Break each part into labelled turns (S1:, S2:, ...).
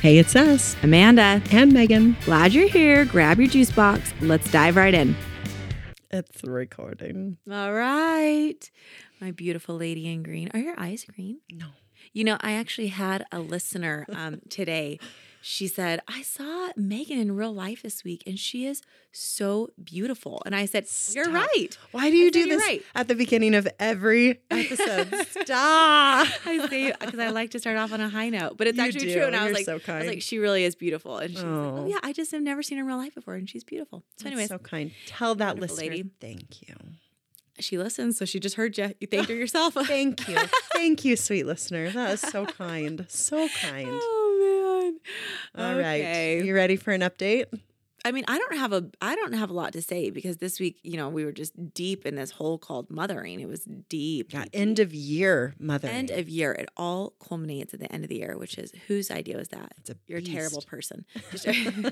S1: Hey, it's us
S2: Amanda,
S1: and Megan.
S2: glad you're here. Grab your juice box. Let's dive right in.
S1: It's recording.
S2: All right. My beautiful lady in green. Are your eyes green?
S1: No.
S2: You know, I actually had a listener um, today. She said, I saw Megan in real life this week and she is so beautiful. And I said, You're
S1: Stop.
S2: right.
S1: Why do you
S2: I
S1: do
S2: said you're
S1: this
S2: right.
S1: at the beginning of every episode? Stop.
S2: I say because I like to start off on a high note, but it's
S1: You
S2: actually
S1: do,
S2: true. And I
S1: you're
S2: was like,
S1: so
S2: I was
S1: kind.
S2: like, she really is beautiful. And she's like,
S1: Oh.
S2: oh yeah, I just have never seen her in real life before, and she's beautiful. So,
S1: That's
S2: anyways,
S1: so kind. Tell that
S2: Wonderful
S1: listener.
S2: lady.
S1: Thank you.
S2: she listens, so she just heard you. You thanked her yourself.
S1: Thank you. Thank you, sweet listener. That is so kind. So kind.
S2: Oh man.
S1: All right.
S2: Okay.
S1: You ready for an update?
S2: I mean, I don't have a I don't have a lot to say because this week, you know, we were just deep in this hole called mothering. It was deep.
S1: Yeah,
S2: deep, deep.
S1: end of year, mother.
S2: end of year. It all culminates at the end of the year, which is whose idea was that?
S1: It's a
S2: You're a terrible
S1: beast.
S2: person.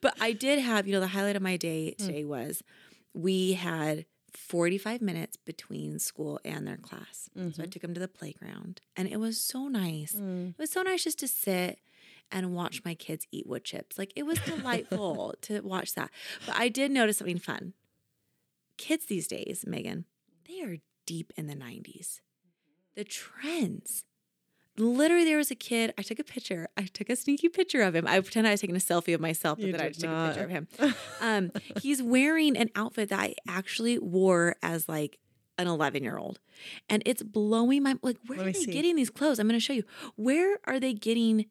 S2: but I did have, you know, the highlight of my day
S1: Hmm.
S2: today was we had 45 minutes between school and their class. So I
S1: Mhm.
S2: took them to the playground and it was so nice.
S1: Mm.
S2: It was so nice just to sit and watch my kids eat wood chips. Like it was delightful to watch that. But I did notice something fun. Kids these days, Megan, they are deep in the 90s. The trends. Literally, there was a kid. I took a picture. I took a sneaky picture of him. I pretended I was taking a selfie of myself, but
S1: You
S2: then I
S1: did
S2: just took a picture of
S1: not.
S2: him. Um, he's wearing an outfit that I actually wore as like an 11 year old. And it's blowing my like where
S1: Let
S2: are
S1: me
S2: they
S1: see.
S2: getting these clothes? I'm going to show you. Where are they getting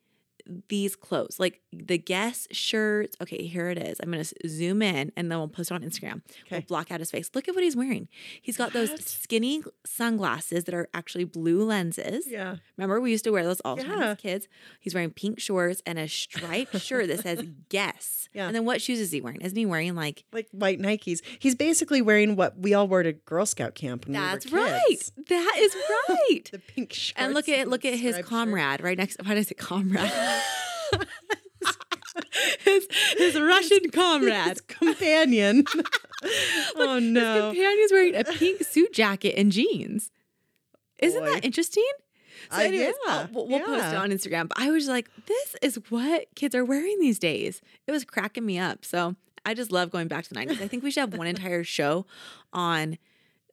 S2: these clothes? Like the guess shirts. Okay, here it is. I'm going to zoom in and then we'll post it on Instagram. We'll
S1: Okay.
S2: block out his face. Look at what he's wearing. He's got
S1: What?
S2: those skinny sunglasses that are actually blue lenses.
S1: yeah.
S2: Remember, we used to wear those all the time
S1: Yeah.
S2: as kids. He's wearing pink shorts and a striped shirt that says guess.
S1: Yeah.
S2: And then what shoes is he wearing? Isn't he wearing like
S1: Like white Nikes. He's basically wearing what we all wore to Girl Scout camp when
S2: That's
S1: we were kids.
S2: right. That is right.
S1: The pink shorts.
S2: and look at
S1: the
S2: look at his
S1: striped shirt.
S2: comrade right next why did I say comrade? his, his Russian comrade.
S1: His companion. oh
S2: His
S1: no.
S2: companion's wearing a pink suit jacket and jeans. Isn't
S1: Boy.
S2: that interesting? So,
S1: Uh,
S2: anyways, I'll-
S1: yeah,
S2: we'll, we'll post it
S1: yeah.
S2: on Instagram. But I was like, this is what kids are wearing these days. It was cracking me up. So I just love going back to the 90s. I think we should have one entire show on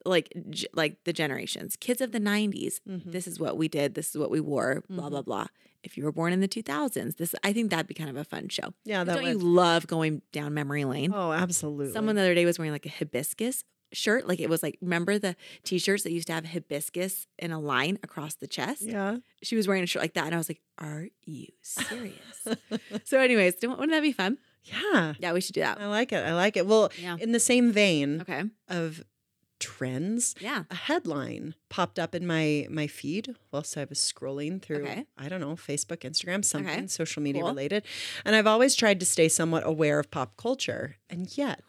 S2: like g- like the generations. Kids of the 90s,
S1: Mhm.
S2: this is what we did, this is what we wore, blah blah
S1: Mm-hmm.
S2: blah. If you were born in the 2000s, this I think that'd be kind of a fun show.
S1: Yeah, Oh, that
S2: Don't you
S1: would.
S2: love going down memory lane?
S1: Oh, absolutely.
S2: Someone the other day was wearing like a hibiscus shirt. Like it was like, remember the t shirts that used to have hibiscus in a line across the chest?
S1: Yeah.
S2: She was wearing a shirt like that. And I was like, are you serious? so, anyways, don't, wouldn't that be fun?
S1: Yeah.
S2: Yeah, we should do that.
S1: I like it. I like it. Well,
S2: Uh, Yeah.
S1: in the same vein
S2: Okay.
S1: of trends,
S2: Yeah.
S1: a headline popped up in my my feed whilst I was scrolling through
S2: Okay.
S1: I don't know Facebook, Instagram, something social media
S2: Cool.
S1: related. And I've always tried to stay somewhat aware of pop culture, and yet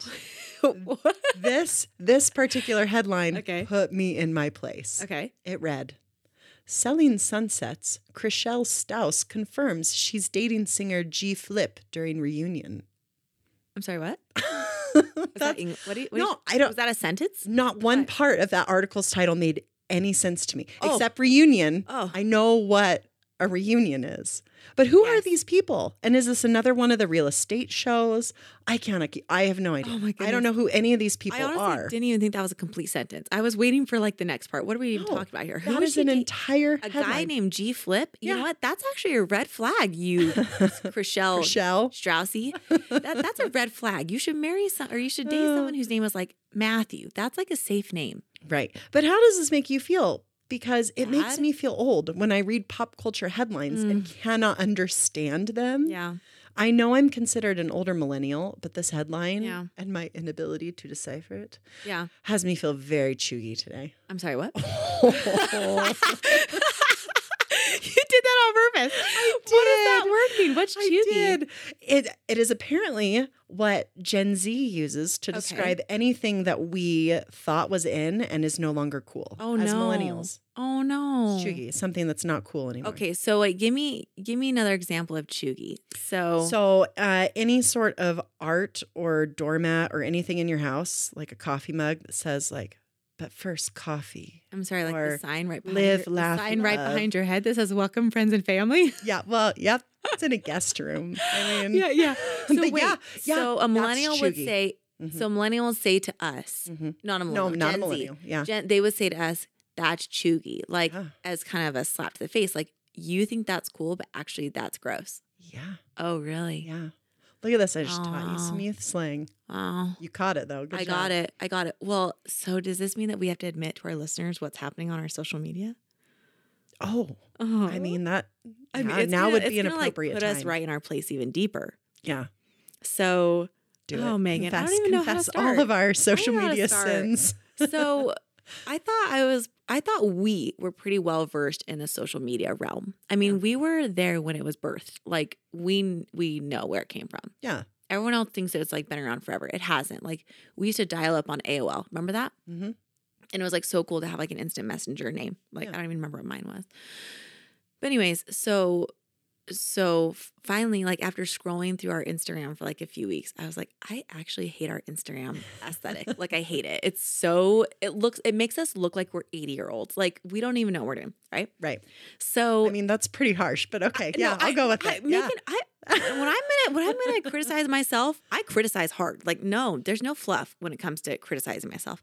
S1: this this particular headline
S2: Okay.
S1: put me in my place.
S2: okay.
S1: It read, "Selling Sunsets." Chriselle Staus confirms she's dating singer G Flip during reunion.
S2: I'm sorry, what? Was that e-
S1: That's-
S2: Eng- what do you, what do you-
S1: no, I don't.
S2: was that a sentence?
S1: Not one
S2: What?
S1: part of that article's title made any sense to me,
S2: Oh.
S1: except reunion.
S2: Oh,
S1: I know what a reunion is. But who are
S2: Yes.
S1: these people? And is this another one of the real estate shows? I cannot. ke- I have no idea.
S2: Oh my
S1: I don't
S2: goodness.
S1: know who any of these people
S2: I honestly
S1: are.
S2: didn't even think that was a complete sentence. I was waiting for like the next part. What are we even
S1: No,
S2: talking about here? Who
S1: That is
S2: she
S1: an
S2: dating?
S1: entire
S2: a guy
S1: headline.
S2: named G Flip. You know
S1: Yeah.
S2: what? That's actually a red flag, you Chriselle
S1: Shell.
S2: Straussy. That, that's a red flag. You should marry some or you should date
S1: Oh.
S2: someone whose name is like Matthew. That's like a safe name.
S1: Right. But how does this make you feel? Because it makes
S2: Bad? Mm.
S1: me feel old when I read pop culture headlines and cannot understand them.
S2: Yeah.
S1: I know I'm considered an older millennial, but this headline
S2: Yeah.
S1: and my inability to decipher it
S2: Yeah.
S1: has me feel very chewy today.
S2: I'm sorry, what? you did that on purpose. What does that
S1: did.
S2: word mean? What's
S1: I
S2: chewy?
S1: did. It it is apparently what Gen Z uses to
S2: Okay.
S1: describe anything that we thought was in and is no longer cool.
S2: Oh
S1: as
S2: no.
S1: millennials,
S2: Oh no.
S1: It's chuggy, something that's not cool anymore.
S2: Okay, so like give me give me another example of chuggy. So,
S1: So uh, any sort of art or doormat or anything in your house, like a coffee mug that says like but first coffee.
S2: I'm sorry, like
S1: Or
S2: the sign right behind
S1: live,
S2: your, the
S1: laugh,
S2: sign right
S1: love.
S2: behind your head that says "Welcome, friends and family."
S1: Yeah, well, yep. It's in a guest room. I mean,
S2: yeah. So
S1: Yeah,
S2: wait,
S1: yeah,
S2: so a
S1: that's
S2: millennial would
S1: chuggy.
S2: say,
S1: Mhm.
S2: so millennials say to us,
S1: Mhm.
S2: not a
S1: no,
S2: millennial,
S1: not a
S2: Gen Z,
S1: millennial. Yeah.
S2: Gen, they would say to us, "That's chuggy," like
S1: Yeah.
S2: as kind of a slap to the face, like you think that's cool, but actually that's gross.
S1: Yeah.
S2: Oh, really?
S1: Yeah. Look at this. I just taught you some
S2: Aw.
S1: youth slang.
S2: Wow.
S1: You caught it though. Good
S2: I got it. I got it. Well, so does this mean that we have to admit to our listeners what's happening on our social media?
S1: Oh,
S2: Oh,
S1: I mean that.
S2: I mean,
S1: yeah,
S2: it's
S1: now
S2: gonna-
S1: would
S2: it's
S1: be an
S2: gonna, like,
S1: appropriate
S2: put us
S1: time.
S2: right in our place even deeper.
S1: Yeah.
S2: So,
S1: Do
S2: Oh,
S1: it.
S2: Megan, I don't
S1: Confess,
S2: even know how to
S1: confess
S2: start.
S1: all of our social
S2: know how to
S1: media
S2: start.
S1: sins.
S2: so I thought I was. I thought we were pretty well versed in the social media realm. I mean, we were there when it was birthed. Like we we know where it came from.
S1: Yeah.
S2: Everyone else thinks that it's like been around forever. It hasn't. Like we used to dial up on AOL. Remember that?
S1: Mhm.
S2: and it was like so cool to have like an instant messenger name. Like
S1: Yeah.
S2: I don't even remember what mine was. But anyways, so so finally, like after scrolling through our Instagram for like a few weeks, I was like, I actually hate our Instagram aesthetic. like I hate it. It's so it looks it makes us look like we're 80 year olds. Like we don't even know what we're doing, right?
S1: Right.
S2: So
S1: I mean, that's pretty harsh, but okay.
S2: no,
S1: Yeah, I'll
S2: I-
S1: go with
S2: I,
S1: it. Yeah.
S2: Megan, I when I'm gonna when I'm gonna criticize myself, I criticize hard. Like no, there's no fluff when it comes to criticizing myself.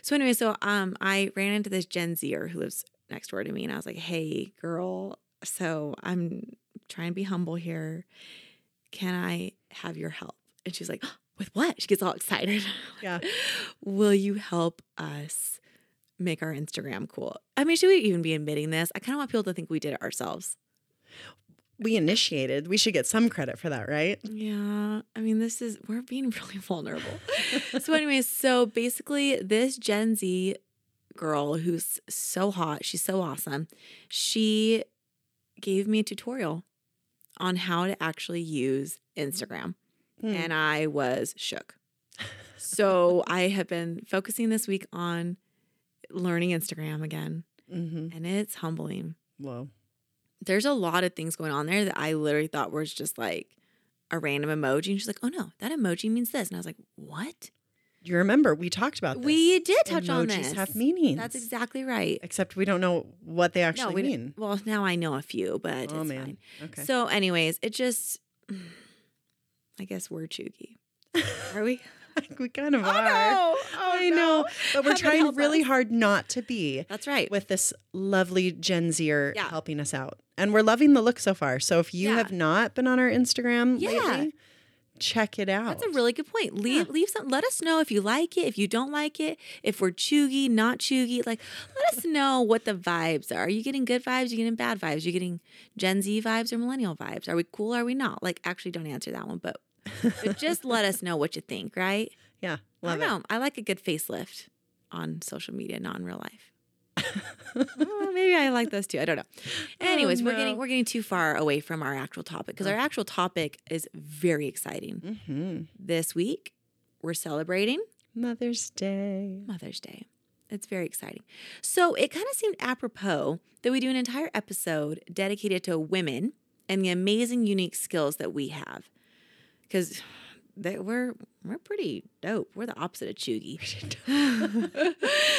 S2: So anyway, so um, I ran into this Gen Zer who lives next door to me, and I was like, "Hey, girl, so I'm trying to be humble here. Can I have your help?" And she's like, "With what?" She gets all excited.
S1: Yeah.
S2: Will you help us? Make our Instagram cool. I mean, should we even be admitting this? I kind of want people to think we did it ourselves.
S1: We initiated. We should get some credit for that, right?
S2: Yeah. I mean, this is, we're being really vulnerable. so, anyways, so basically, this Gen Z girl who's so hot, she's so awesome, she gave me a tutorial on how to actually use Instagram.
S1: Hmm.
S2: And I was shook. So, I have been focusing this week on learning Instagram again,
S1: Mm-hmm.
S2: and it's humbling
S1: Whoa.
S2: there's a lot of things going on there that I literally thought was just like a random emoji. And she's like, oh no, that emoji means this. And I was like, what?
S1: You remember we talked about this.
S2: We did touch on
S1: Emojis
S2: this.
S1: have meanings.
S2: That's exactly right.
S1: Except we don't know what they actually
S2: no, we
S1: mean.
S2: Well, now I know a few, but
S1: Oh
S2: it's
S1: man.
S2: fine.
S1: Okay.
S2: So, anyways, it just, I guess we're chuggy. Are we?
S1: we kind of
S2: Oh,
S1: are.
S2: no. Oh,
S1: I know,
S2: no.
S1: but we're
S2: Heaven
S1: trying
S2: help
S1: really
S2: us.
S1: hard not to be
S2: That's right.
S1: with this lovely Gen Zer
S2: Yeah.
S1: helping us out. And we're loving the look so far. So if you
S2: Yeah.
S1: have not been on our Instagram
S2: Yeah.
S1: lately, check it out.
S2: That's a really good point. Leave leave some. Let us know if you like it, if you don't like it, if we're chuggy, not chuggy. Like, let us know what the vibes are. Are you getting good vibes? Are you getting bad vibes? Are you getting Gen Z vibes or millennial vibes? Are we cool? Are we not? Like, actually, don't answer that one, but, but just let us know what you think. Right?
S1: yeah, love
S2: I
S1: it.
S2: don't know. I like a good facelift on social media, not in real life. Oh, maybe I like those too. I don't know. Anyways, we're getting
S1: Oh, no.
S2: we're getting too far away from our actual topic because our actual topic is very exciting
S1: hmm
S2: this week we're celebrating
S1: Mother's Day.
S2: Mother's Day. It's very exciting. So it kind of seemed apropos that we do an entire episode dedicated to women and the amazing, unique skills that we have, because we're we're pretty dope. We're the opposite of chuggy.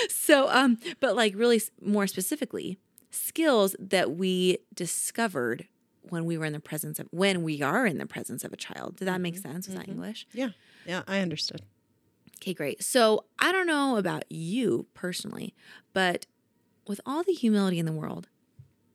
S2: so, um, but like really s- more specifically, skills that we discovered when we were in the presence of when we are in the presence of a child. Did that make sense? Was that English?
S1: Yeah, yeah, I understood.
S2: Okay, great. So I don't know about you personally, but with all the humility in the world,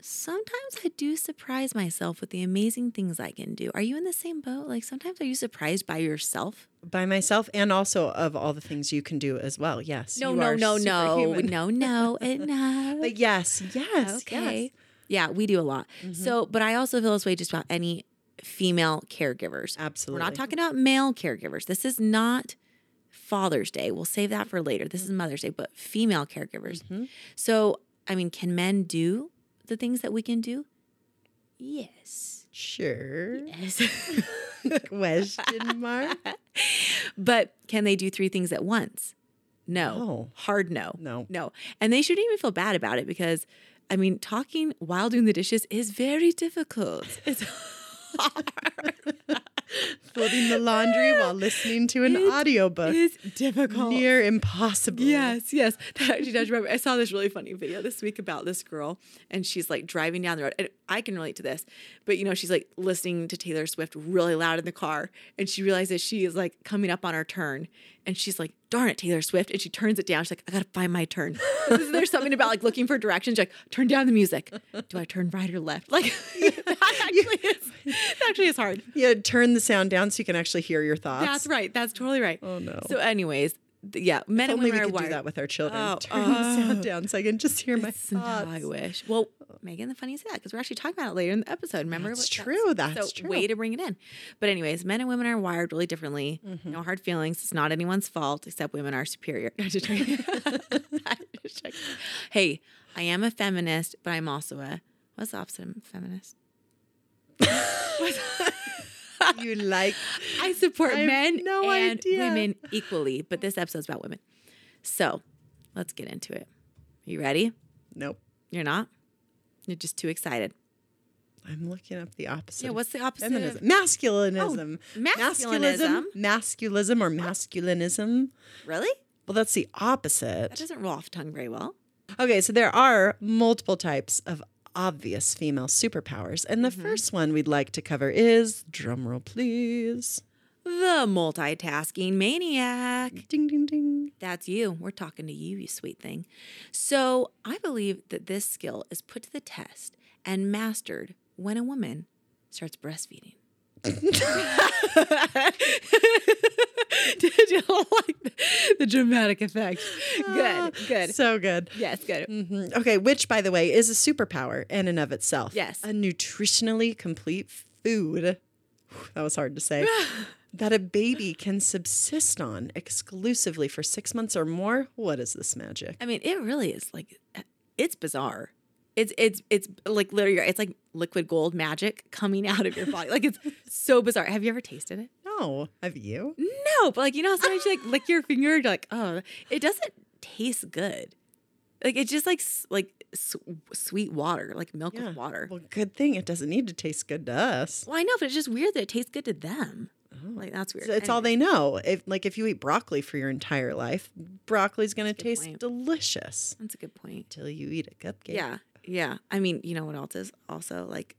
S2: sometimes I do surprise myself with the amazing things I can do. Are you in the same boat? Like sometimes are you surprised by yourself?
S1: By myself and also of all the things you can do as well. Yes.
S2: No,
S1: you
S2: no,
S1: are
S2: no, no,
S1: superhuman.
S2: no, no, and no.
S1: But yes, yes,
S2: okay.
S1: yes. Mm-hmm.
S2: Yeah, we do a lot. So, but I also feel this way just about any female caregivers.
S1: Mm-hmm. Absolutely.
S2: We're not talking about male caregivers. This is not Father's Day. We'll save that for later. This is Mother's Day, but female caregivers.
S1: Mm-hmm.
S2: So, I mean, can men do the things that we can do? Yes.
S1: Sure.
S2: Yes.
S1: Question mark.
S2: but can they do three things at once? No.
S1: No.
S2: Hard no.
S1: Oh, No.
S2: No. And they shouldn't even feel bad about it because, I mean, talking while doing the dishes is very difficult. It's hard.
S1: folding the laundry while listening to an
S2: It
S1: audiobook.
S2: It's difficult.
S1: Near impossible.
S2: Yes, yes. That actually does remember. I saw this really funny video this week about this girl, and she's like driving down the road. And I can relate to this, but you know, she's like listening to Taylor Swift really loud in the car, and she realizes she is like coming up on her turn, and she's like, "Darn it, Taylor Swift!" And she turns it down. She's like, "I gotta find my turn." 'Cause There's something about like looking for directions. She's like, turn down the music. Do I turn right or left? Like, that actually is that actually is hard.
S1: Yeah, turn the sound down so you can actually hear your thoughts.
S2: That's right. That's totally right.
S1: Oh, no.
S2: So, anyways, th- yeah, men
S1: If
S2: and
S1: only we
S2: women are
S1: could
S2: wired.
S1: do that with our children.
S2: Oh,
S1: turn the sound down so I can just hear my
S2: It's not
S1: thoughts.
S2: I wish. Well, Megan, the funny is that because we're actually talking about it later in the episode. Remember?
S1: That's
S2: what-
S1: true, that's
S2: so Way
S1: true.
S2: to bring it in. But anyways, men and women are wired really differently.
S1: Mm-hmm.
S2: No hard feelings. It's not anyone's fault except women are superior. I'm just joking. I'm just joking. hey, I am a feminist, but I'm also a what's the opposite of feminist?
S1: You like
S2: I support
S1: I have
S2: men
S1: no
S2: and
S1: idea.
S2: women equally. But this episode's about women. So let's get into it. You ready?
S1: Nope.
S2: You're not? You're just too excited.
S1: I'm looking up the opposite.
S2: Yeah,
S1: of
S2: what's the opposite of-
S1: feminism? Masculinism.
S2: Oh, masculinism.
S1: Masculism. Masculism or masculinism.
S2: Really?
S1: Well, that's the opposite.
S2: That doesn't roll off the tongue very well.
S1: Okay, so there are multiple types of obvious female superpowers.
S2: Mm-hmm.
S1: And the first one we'd like to cover is drumroll, please.
S2: The multitasking maniac.
S1: Ding, ding, ding.
S2: That's you. We're talking to you, you sweet thing. So I believe that this skill is put to the test and mastered when a woman starts breastfeeding. Did you like the, the dramatic effect? Good, good.
S1: So good.
S2: Yes, good.
S1: Mhm. Okay, which, by the way, is a superpower in and of itself.
S2: Yes.
S1: A nutritionally complete food. Whew, That was hard to say. that a baby can subsist on exclusively for six months or more. What is this magic?
S2: I mean, it really is like it's bizarre. It's it's it's like literally it's like liquid gold magic coming out of your body. Like it's so bizarre. Have you ever tasted it?
S1: No. Have you?
S2: No, but like you know, how sometimes you like lick your finger. and You're like, oh, it doesn't taste good. Like it's just like s- like s- sweet water, like milk with water.
S1: Well, good thing it doesn't need to taste good to us.
S2: Well, I know, but it's just weird that it tastes good to them. Like that's weird.
S1: So it's all they know. If like if you eat broccoli for your entire life, broccoli's going to
S2: good
S1: taste
S2: point.
S1: delicious
S2: That's a good point.
S1: until you eat a cupcake.
S2: Yeah. Yeah. I mean, you know what else is also like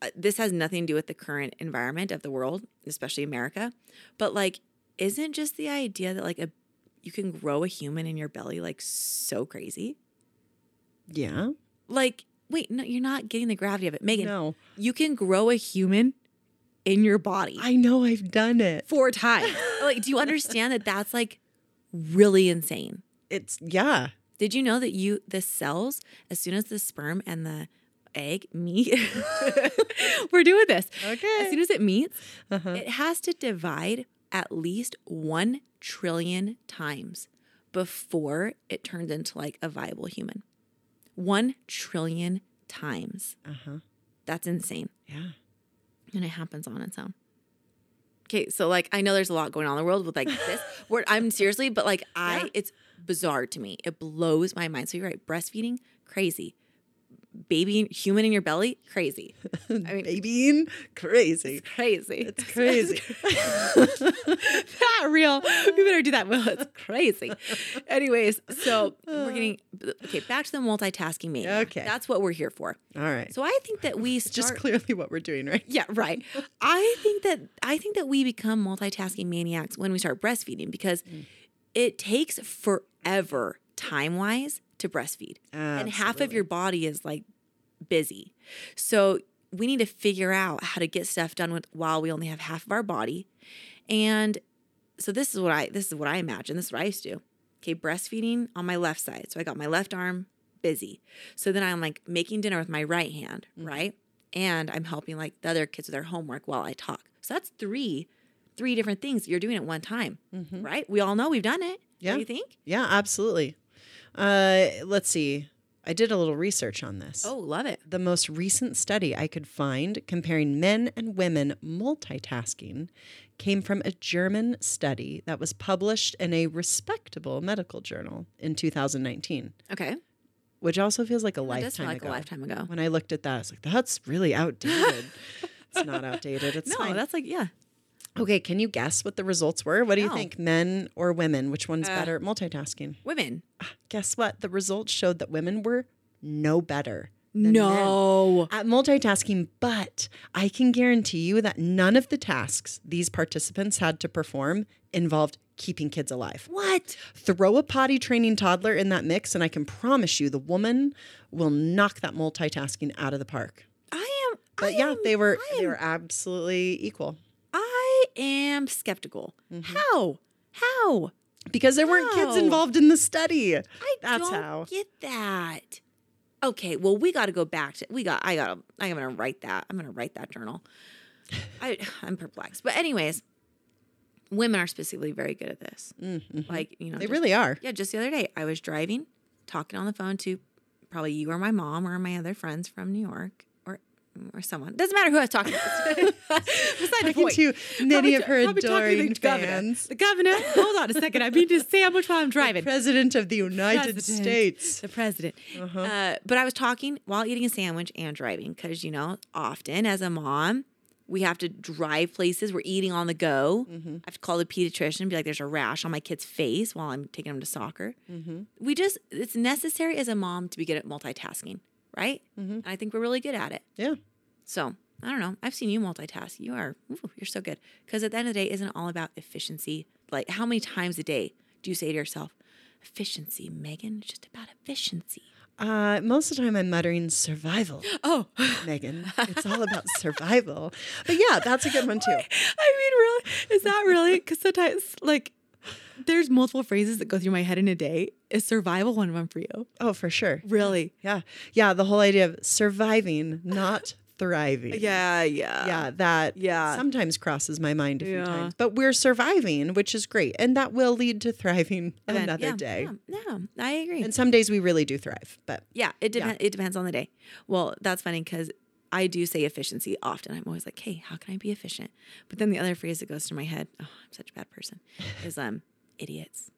S2: uh, this has nothing to do with the current environment of the world, especially America, but like isn't just the idea that like a you can grow a human in your belly like so crazy?
S1: Yeah.
S2: Like wait, no you're not getting the gravity of it. Megan,
S1: No,
S2: you can grow a human in your body
S1: I know I've done it.
S2: four times. like do you understand that that's like really insane?
S1: It's yeah.
S2: Did you know that you the cells as soon as the sperm and the egg meet we're doing this as soon
S1: Okay.
S2: as it meets
S1: Uh-huh.
S2: it has to divide at least 1 trillion times before it turns into like a viable human 1 trillion times
S1: Uh-huh.
S2: that's insane
S1: Yeah.
S2: and it happens on its own okay so like i know there's a lot going on in the world with like this word i'm seriously but like i
S1: Yeah.
S2: it's bizarre to me it blows my mind so you're right breastfeeding crazy baby human in your belly crazy i mean
S1: Babying crazy.
S2: crazy
S1: It's crazy.
S2: not real we better do that well it's crazy anyways so we're getting okay back to the multitasking mania
S1: Okay.
S2: that's what we're here for
S1: All right.
S2: so i think that we
S1: It's just
S2: start
S1: clearly what we're doing, right?
S2: yeah, right. I think that I think that we become multitasking maniacs when we start breastfeeding because it takes forever time-wise to breastfeed. And half of
S1: Absolutely.
S2: your body is like busy. So we need to figure out how to get stuff done with while we only have half of our body. And so this is what I this is what I imagine. This is what I used to do. Okay, breastfeeding on my left side. So I got my left arm busy. So then I'm like making dinner with my right hand,
S1: Mm-hmm.
S2: right? And I'm helping like the other kids with their homework while I talk. So that's three, three different things you're doing at one time,
S1: Mhm.
S2: right? We all know we've done it. What
S1: Yeah.
S2: do you think?
S1: Yeah, absolutely. Uh, let's see. I did a little research on this.
S2: Oh, love it.
S1: the most recent study I could find comparing men and women multitasking came from a German study that was published in a respectable medical journal in 2019,
S2: Okay.
S1: which also feels like a
S2: That does
S1: lifetime
S2: feel like
S1: ago.
S2: a lifetime ago.
S1: When I looked at that, I was like, that's really outdated. it's not outdated. It's
S2: No,
S1: fine.
S2: that's like yeah.
S1: Okay, can you guess what the results were? What do you
S2: No.
S1: think, men or women? Which one's
S2: Uh.
S1: better at multitasking? Ah,
S2: Women.
S1: Guess what? The results showed that women were no better than men
S2: No.
S1: at multitasking, but I can guarantee you that none of the tasks these participants had to perform involved keeping kids alive.
S2: What?
S1: Throw a potty training toddler in that mix, and I can promise you the woman will knock that multitasking out of the park.
S2: I am.
S1: But
S2: I
S1: yeah,
S2: am,
S1: they were
S2: I am,
S1: they were absolutely equal.
S2: I am skeptical.
S1: Mm-hmm.
S2: How? How?
S1: Because there weren't kids
S2: How?
S1: involved in the study.
S2: I
S1: That's
S2: don't
S1: how.
S2: get that. Okay, well, we got to go back to we got. I got. to I'm gonna write that. I'm gonna write that journal. I I'm perplexed, but anyways, women are specifically very good at this. Like you know,
S1: Mm-hmm. They
S2: just-
S1: really are.
S2: Yeah, just the other day, I was driving, talking on the phone to probably you or my mom or my other friends from New York or or someone. Doesn't matter who I was talking to. Beside the
S1: Talking
S2: point.
S1: to many
S2: Probably
S1: of
S2: ta-
S1: her
S2: probably talking to
S1: adoring
S2: the governor.
S1: fans.
S2: The governor. Hold on a second. I mean to say how much while I'm driving.
S1: President of the United
S2: President.
S1: States.
S2: The president. Uh, but I was talking while eating a sandwich and driving because, you know, often as a mom, we have to drive places. We're eating on the go. I have to call the pediatrician and be like, there's a rash on my kid's face while I'm taking him to soccer. We just, it's necessary as a mom to be good at multitasking, right? And I think we're really good at it.
S1: Yeah.
S2: So I don't know. I've seen you multitask. You are, ooh, you're so good. Because at the end of the day, isn't it all about efficiency? Like, how many times a day do you say to yourself, efficiency, Megan? It's just about efficiency.
S1: Uh, most of the time I'm muttering survival.
S2: Oh, I
S1: Megan. It's all about survival. But yeah, that's a good one too.
S2: mean, really? Is that really? Because sometimes, like, there's multiple phrases that go through my head in a day. Is survival one of them for you?
S1: Oh, for sure.
S2: Really?
S1: Yeah. Yeah. The whole idea of surviving, not thriving.
S2: Yeah, yeah.
S1: Yeah, that
S2: Yeah.
S1: sometimes crosses my mind a few
S2: Yeah.
S1: times. But we're surviving, which is great. And that will lead to thriving
S2: Then-
S1: another
S2: yeah,
S1: day.
S2: Yeah, yeah, I agree.
S1: And some days we really do thrive. But
S2: Yeah, it depends. It depends on the day. Well, that's funny because I do say efficiency often. I'm always like, "Hey, how can I be efficient?" But then the other phrase that goes through my head, "Oh, I'm such a bad person," is um, idiots,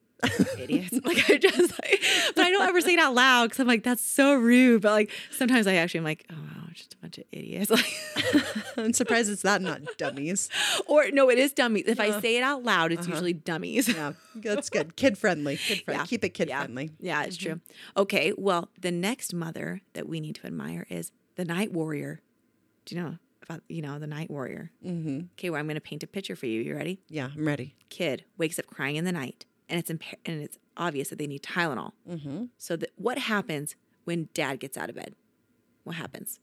S2: idiots. Like I just, like, but I don't ever say it out loud because I'm like, that's so rude. But like sometimes I actually am like, "Oh, wow, just a bunch of idiots." Like,
S1: I'm surprised it's that not dummies.
S2: or no, it is dummies. If I
S1: Yeah.
S2: say it out loud, it's usually dummies.
S1: Yeah, that's good. Kid friendly. Kid friendly.
S2: Yeah.
S1: Keep it kid
S2: yeah.
S1: friendly.
S2: Yeah, it's true. Okay, well, the next mother that we need to admire is the Night Warrior. Do you know about you know the Night Warrior?
S1: Mm-hmm.
S2: Okay, well, I'm going to paint a picture for you. You ready?
S1: Yeah, I'm ready.
S2: Kid wakes up crying in the night, and it's impa- and it's obvious that they need Tylenol.
S1: Mm-hmm.
S2: So that what happens when Dad gets out of bed? What happens?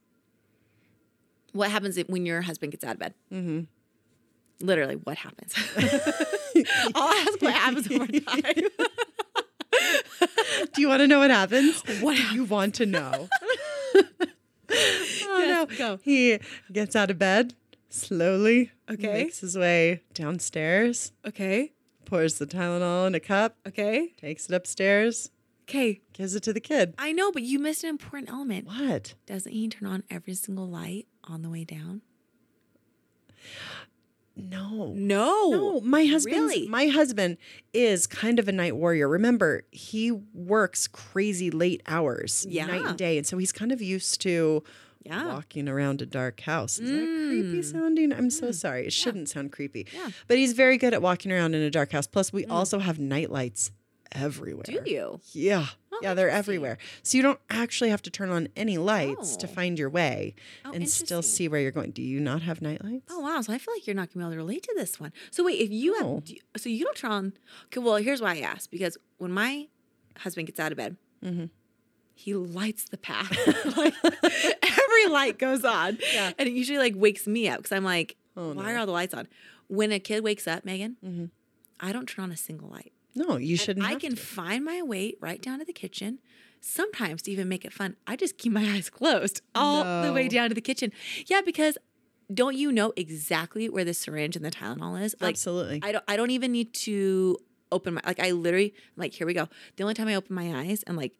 S2: What happens if- when your husband gets out of bed?
S1: Mm-hmm.
S2: Literally, what happens? I'll ask what happens one more time.
S1: Do you want to know what happens?
S2: What
S1: do you want to know? oh
S2: Yes,
S1: no.
S2: go.
S1: He gets out of bed slowly.
S2: Okay.
S1: Makes his way downstairs,
S2: Okay,
S1: pours the Tylenol in a cup,
S2: okay,
S1: takes it upstairs,
S2: okay.
S1: gives it to the kid.
S2: I know, but you missed an important element.
S1: What?
S2: Doesn't he turn on every single light on the way down?
S1: No.
S2: No.
S1: No, my husband.
S2: Really?
S1: My husband is kind of a night warrior. Remember, he works crazy late hours, night
S2: Yeah.
S1: and day, and so he's kind of used to
S2: Yeah. Mm.
S1: walking around a dark house. Is that creepy sounding? I'm so sorry. It shouldn't sound creepy.
S2: Yeah. Mm.
S1: But he's very good at walking around in a dark house. Plus, we also have night lights everywhere.
S2: Do you?
S1: Yeah.
S2: Oh,
S1: yeah, they're
S2: interesting.
S1: everywhere. So you don't actually have to turn on any lights to
S2: Oh.
S1: find your way
S2: Oh,
S1: and still
S2: interesting.
S1: see where you're going. Do you not have night lights?
S2: Oh wow! So I feel like you're not gonna be able to relate to this one. So wait, if you
S1: No.
S2: have, do you- so you don't turn on. Okay, well here's why I asked because when my husband gets out of bed,
S1: Mhm.
S2: he lights the path. like, every light goes on,
S1: Yeah.
S2: and it usually like wakes me up because I'm like,
S1: Oh,
S2: why
S1: no.
S2: are all the lights on? When a kid wakes up, Megan,
S1: Mhm.
S2: I don't turn on a single light.
S1: No, you
S2: And
S1: shouldn't.
S2: I
S1: have
S2: can
S1: to.
S2: find my way right down to the kitchen. Sometimes to even make it fun, I just keep my eyes closed all the way
S1: No.
S2: down to the kitchen. Yeah, because don't you know exactly where the syringe and the Tylenol is? Like
S1: Absolutely.
S2: I don't I don't even need to open my like I literally I'm like here we go. The only time I open my eyes and like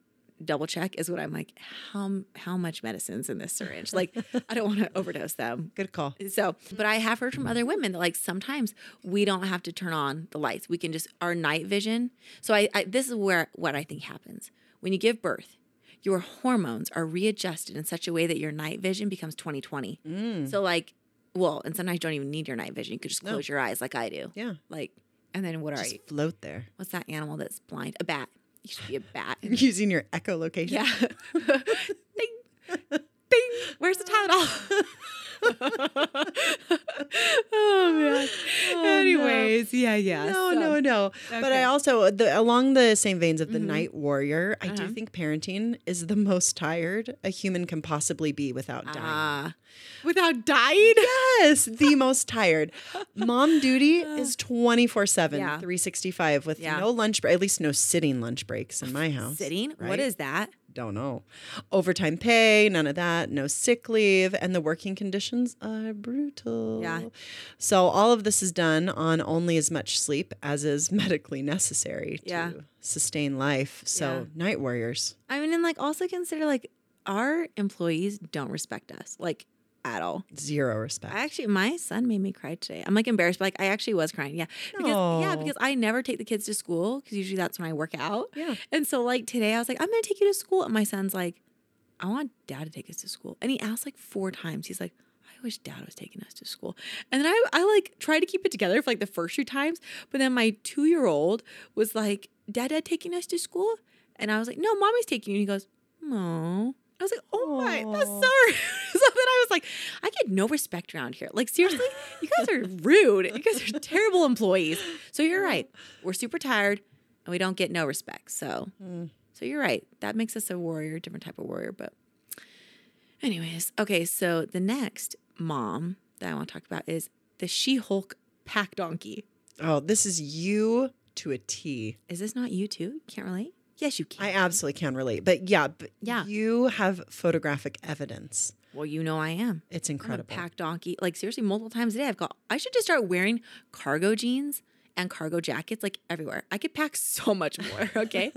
S2: double check is when I'm like how m- how much medicine's in this syringe? Like I don't want to overdose them.
S1: Good call.
S2: So, but I have heard from other women that like sometimes we don't have to turn on the lights. We can just our night vision. So I, I this is where what I think happens when you give birth. Your Mm. hormones are readjusted in such a way that your night vision becomes 2020. So like well, and sometimes you don't even need your night vision. You could just
S1: No.
S2: close your eyes like I do.
S1: Yeah.
S2: Like, and then what are
S1: Just
S2: you?
S1: float there.
S2: What's that animal that's blind? A bat. You should be a bat.
S1: Using your echolocation.
S2: yeah. Ding. Bing. Where's the Tylenol? oh man.
S1: no.
S2: Anyways, yeah, yeah.
S1: No,
S2: so-
S1: no, no. But I
S2: Okay. Mm-hmm.
S1: also, the, along the same veins of the night warrior, I do
S2: Uh-huh.
S1: think parenting is the most tired a human can possibly be without dying.
S2: Ah. without dying?
S1: Yes, the most tired. Mom duty is 24 7,
S2: Yeah.
S1: 365 with
S2: Yeah.
S1: no lunch, bre- at least no sitting lunch breaks in my house.
S2: Sitting? What
S1: right?
S2: is that?
S1: Don't know. Overtime pay, none of that, no sick leave, and the working conditions are brutal.
S2: Yeah.
S1: So all of this is done on only as much sleep as is medically necessary
S2: Yeah.
S1: to sustain life. So night warriors.
S2: I mean, and like also consider like our employees don't respect us like at all.
S1: Zero respect.
S2: I actually, my son made me cry today. I'm like embarrassed, but like I actually was crying. Yeah, because yeah,
S1: No.
S2: because I never take the kids to school because usually that's when I work out.
S1: yeah.
S2: And so like today, I was like, I'm gonna take you to school, and my son's like, I want dad to take us to school, and he asked like four times. He's like. I wish dad was taking us to school. And then I, I like tried to keep it together for like the first few times. But then my two year old was like, Dad, dad taking us to school? And I was like, No, mommy's taking you. And he goes, No. I was like, Oh my, that's
S1: Aw.
S2: so rude. so then I was like, I get no respect around here. Like, seriously, you guys are rude. You guys are terrible employees. So you're right. We're super tired and we don't get no respect. So,
S1: Mm.
S2: so you're right. That makes us a warrior, different type of warrior. But, anyways, okay. So the next mom that I want to talk about is the She Hulk pack donkey.
S1: Oh, this is you to a T.
S2: Is this not you too? Can't relate? Yes, you can.
S1: I absolutely can relate. But yeah, but
S2: Yeah.
S1: you have photographic evidence.
S2: well, you know I am.
S1: It's
S2: I'm a
S1: incredible.
S2: pack donkey. Like seriously, multiple times a day, I've got. I should just start wearing cargo jeans and cargo jackets like everywhere. I could pack so much more. Okay,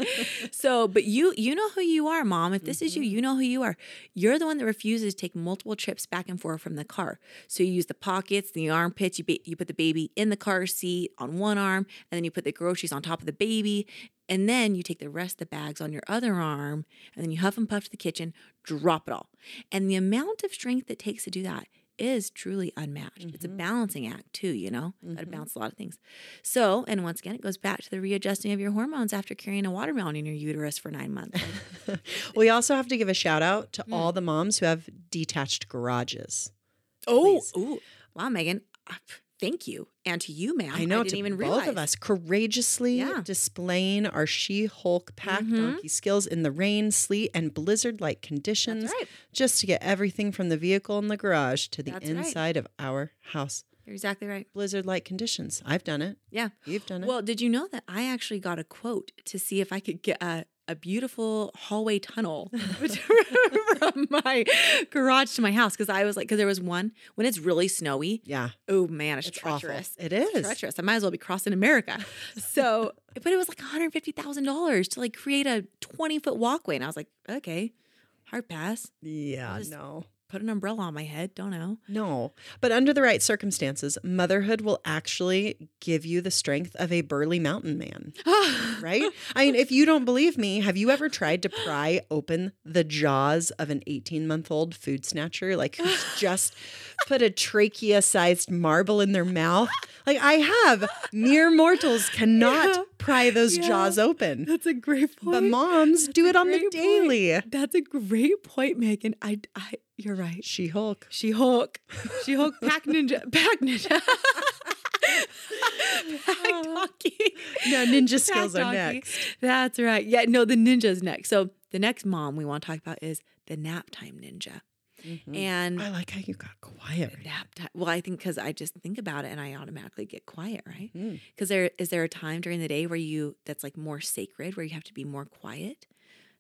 S2: so but you you know who you are, mom. If this is you, you know who you are. You're the one that refuses to take multiple trips back and forth from the car. So you use the pockets, the armpits. You ba- you put the baby in the car seat on one arm, and then you put the groceries on top of the baby. And then you take the rest of the bags on your other arm, and then you huff and puff to the kitchen, drop it all. And the amount of strength it takes to do that is truly unmatched. It's a
S1: Mm-hmm.
S2: balancing act, too, you know? Got to balance a lot of things. So, and once again, it goes back to the readjusting of your hormones after carrying a watermelon in your uterus for nine months. Like,
S1: we also have to give a shout out
S2: Hmm.
S1: to all the moms who have detached garages.
S2: oh,
S1: Please.
S2: ooh. wow, Megan. uh, Thank you. And to you, ma'am.
S1: I know.
S2: didn't
S1: to
S2: even
S1: both
S2: realize.
S1: of us courageously
S2: Yeah.
S1: displaying our She-Hulk pack
S2: Mhm.
S1: donkey skills in the rain, sleet, and blizzard-like conditions,
S2: That's right.
S1: just to get everything from the vehicle in the garage to the
S2: That's right.
S1: inside of our house.
S2: You're exactly right.
S1: Blizzard-like conditions. I've done it.
S2: Yeah.
S1: You've done it.
S2: Well, did you know that I actually got a quote to see if I could get a, a beautiful hallway tunnel from my garage to my house? Because I was like, because there was one when it's really snowy.
S1: yeah,
S2: Oh man, it's,
S1: it's
S2: treacherous.
S1: awful. It is.
S2: Treacherous. I might as well be crossing America. So, but it was like one hundred fifty thousand dollars to like create a twenty foot walkway, and I was like, okay, hard pass.
S1: Yeah,
S2: Just-
S1: no.
S2: Put an umbrella on my head. Don't know.
S1: No, but under the right circumstances, motherhood will actually give you the strength of a burly mountain man, right? I mean, if you don't believe me, have you ever tried to pry open the jaws of an 18 month old food snatcher, like who's just put a trachea sized marble in their mouth? Like, I have. Mere mortals cannot
S2: Yeah.
S1: pry those
S2: Yeah.
S1: jaws open,
S2: That's a great point.
S1: but moms do it on the
S2: great point.
S1: daily.
S2: That's a great point, Megan. I, I, you're right.
S1: She Hulk.
S2: She Hulk. She Hulk pack ninja. Pack ninja.
S1: Uh-huh.
S2: pack donkey.
S1: No, ninja skills
S2: Pack
S1: are
S2: donkey.
S1: next.
S2: That's right. Yeah, no, the ninja's next. So the next mom we want to talk about is the nap time ninja. And
S1: I like how you got quiet. right
S2: nap time. Well, I think because I just think about it and I automatically get quiet, right?
S1: Mm.
S2: Because there is there a time during the day where you that's like more sacred, where you have to be more quiet.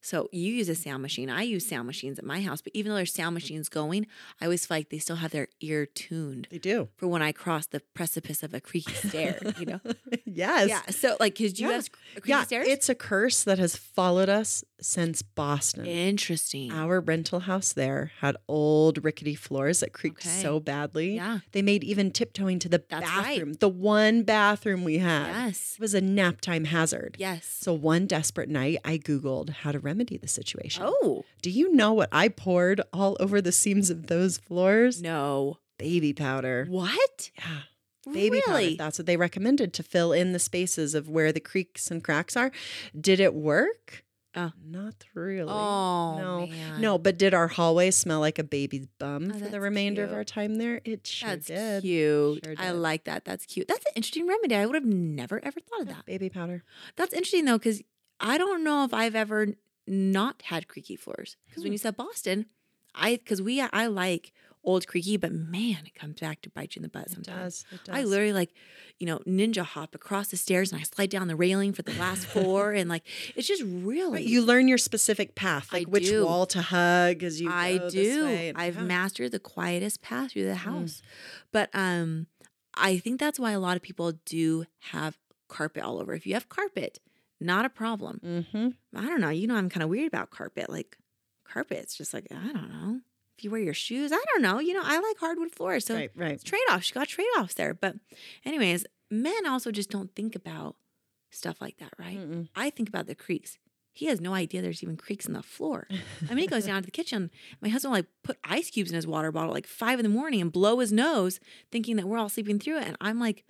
S2: So you use a sound machine. I use sound machines at my house, but even though there's sound machines going, I always feel like they still have their ear tuned
S1: They do.
S2: for when I cross the precipice of a creaky stair. You know?
S1: yes.
S2: yeah. So like, cause you
S1: Yeah.
S2: have sc- creaky
S1: Yeah,
S2: stairs.
S1: it's a curse that has followed us since Boston.
S2: interesting.
S1: Our rental house there had old rickety floors that creaked
S2: Okay.
S1: so badly.
S2: Yeah.
S1: They made even tiptoeing to the
S2: That's right.
S1: bathroom, the one bathroom we had.
S2: Yes.
S1: It was a nap time hazard.
S2: Yes.
S1: So one desperate night, I Googled how to remedy the situation.
S2: Oh
S1: Do you know what I poured all over the seams of those floors?
S2: no.
S1: baby powder.
S2: What?
S1: Yeah. Baby powder.
S2: really?
S1: That's what they recommended to fill in the spaces of where the creaks and cracks are. Did it work?
S2: Oh.
S1: Not really.
S2: Oh
S1: No.
S2: man.
S1: No, but did our hallway smell like a baby's bum
S2: Oh,
S1: for the
S2: that's
S1: remainder of
S2: cute.
S1: our time there? It sure
S2: That's
S1: did.
S2: cute.
S1: Sure
S2: I
S1: did.
S2: like that. That's cute. That's an interesting remedy. I would have never ever thought of
S1: Yeah,
S2: that.
S1: Baby powder.
S2: That's interesting though, because I don't know if I've ever not had creaky floors. Because
S1: Hmm.
S2: when you said Boston, I because we I like old creaky, but man, it comes back to bite you in the butt
S1: It
S2: sometimes.
S1: does. It does.
S2: I literally like, you know, ninja hop across the stairs and I slide down the railing for the last four and like it's just really
S1: Right, you learn your specific path,
S2: I
S1: like which
S2: do.
S1: wall to hug as you
S2: I
S1: go this way
S2: do.
S1: and-
S2: I've
S1: yeah. Mm.
S2: mastered the quietest path through the house. But um I think that's why a lot of people do have carpet all over. If you have carpet, not a problem.
S1: Mhm.
S2: I don't know. You know, I'm kind of weird about carpet. Like carpet's just like I don't know. If you wear your shoes, I don't know. You know, I like hardwood floors, so
S1: right, right.
S2: it's trade offs. You got trade offs there. But, anyways, men also just don't think about stuff like that, right?
S1: Mm-mm.
S2: I think about the creaks. He has no idea there's even creaks in the floor. I mean, he goes down to the kitchen. My husband will, like put ice cubes in his water bottle like five in the morning and blow his nose, thinking that we're all sleeping through it. And I'm like,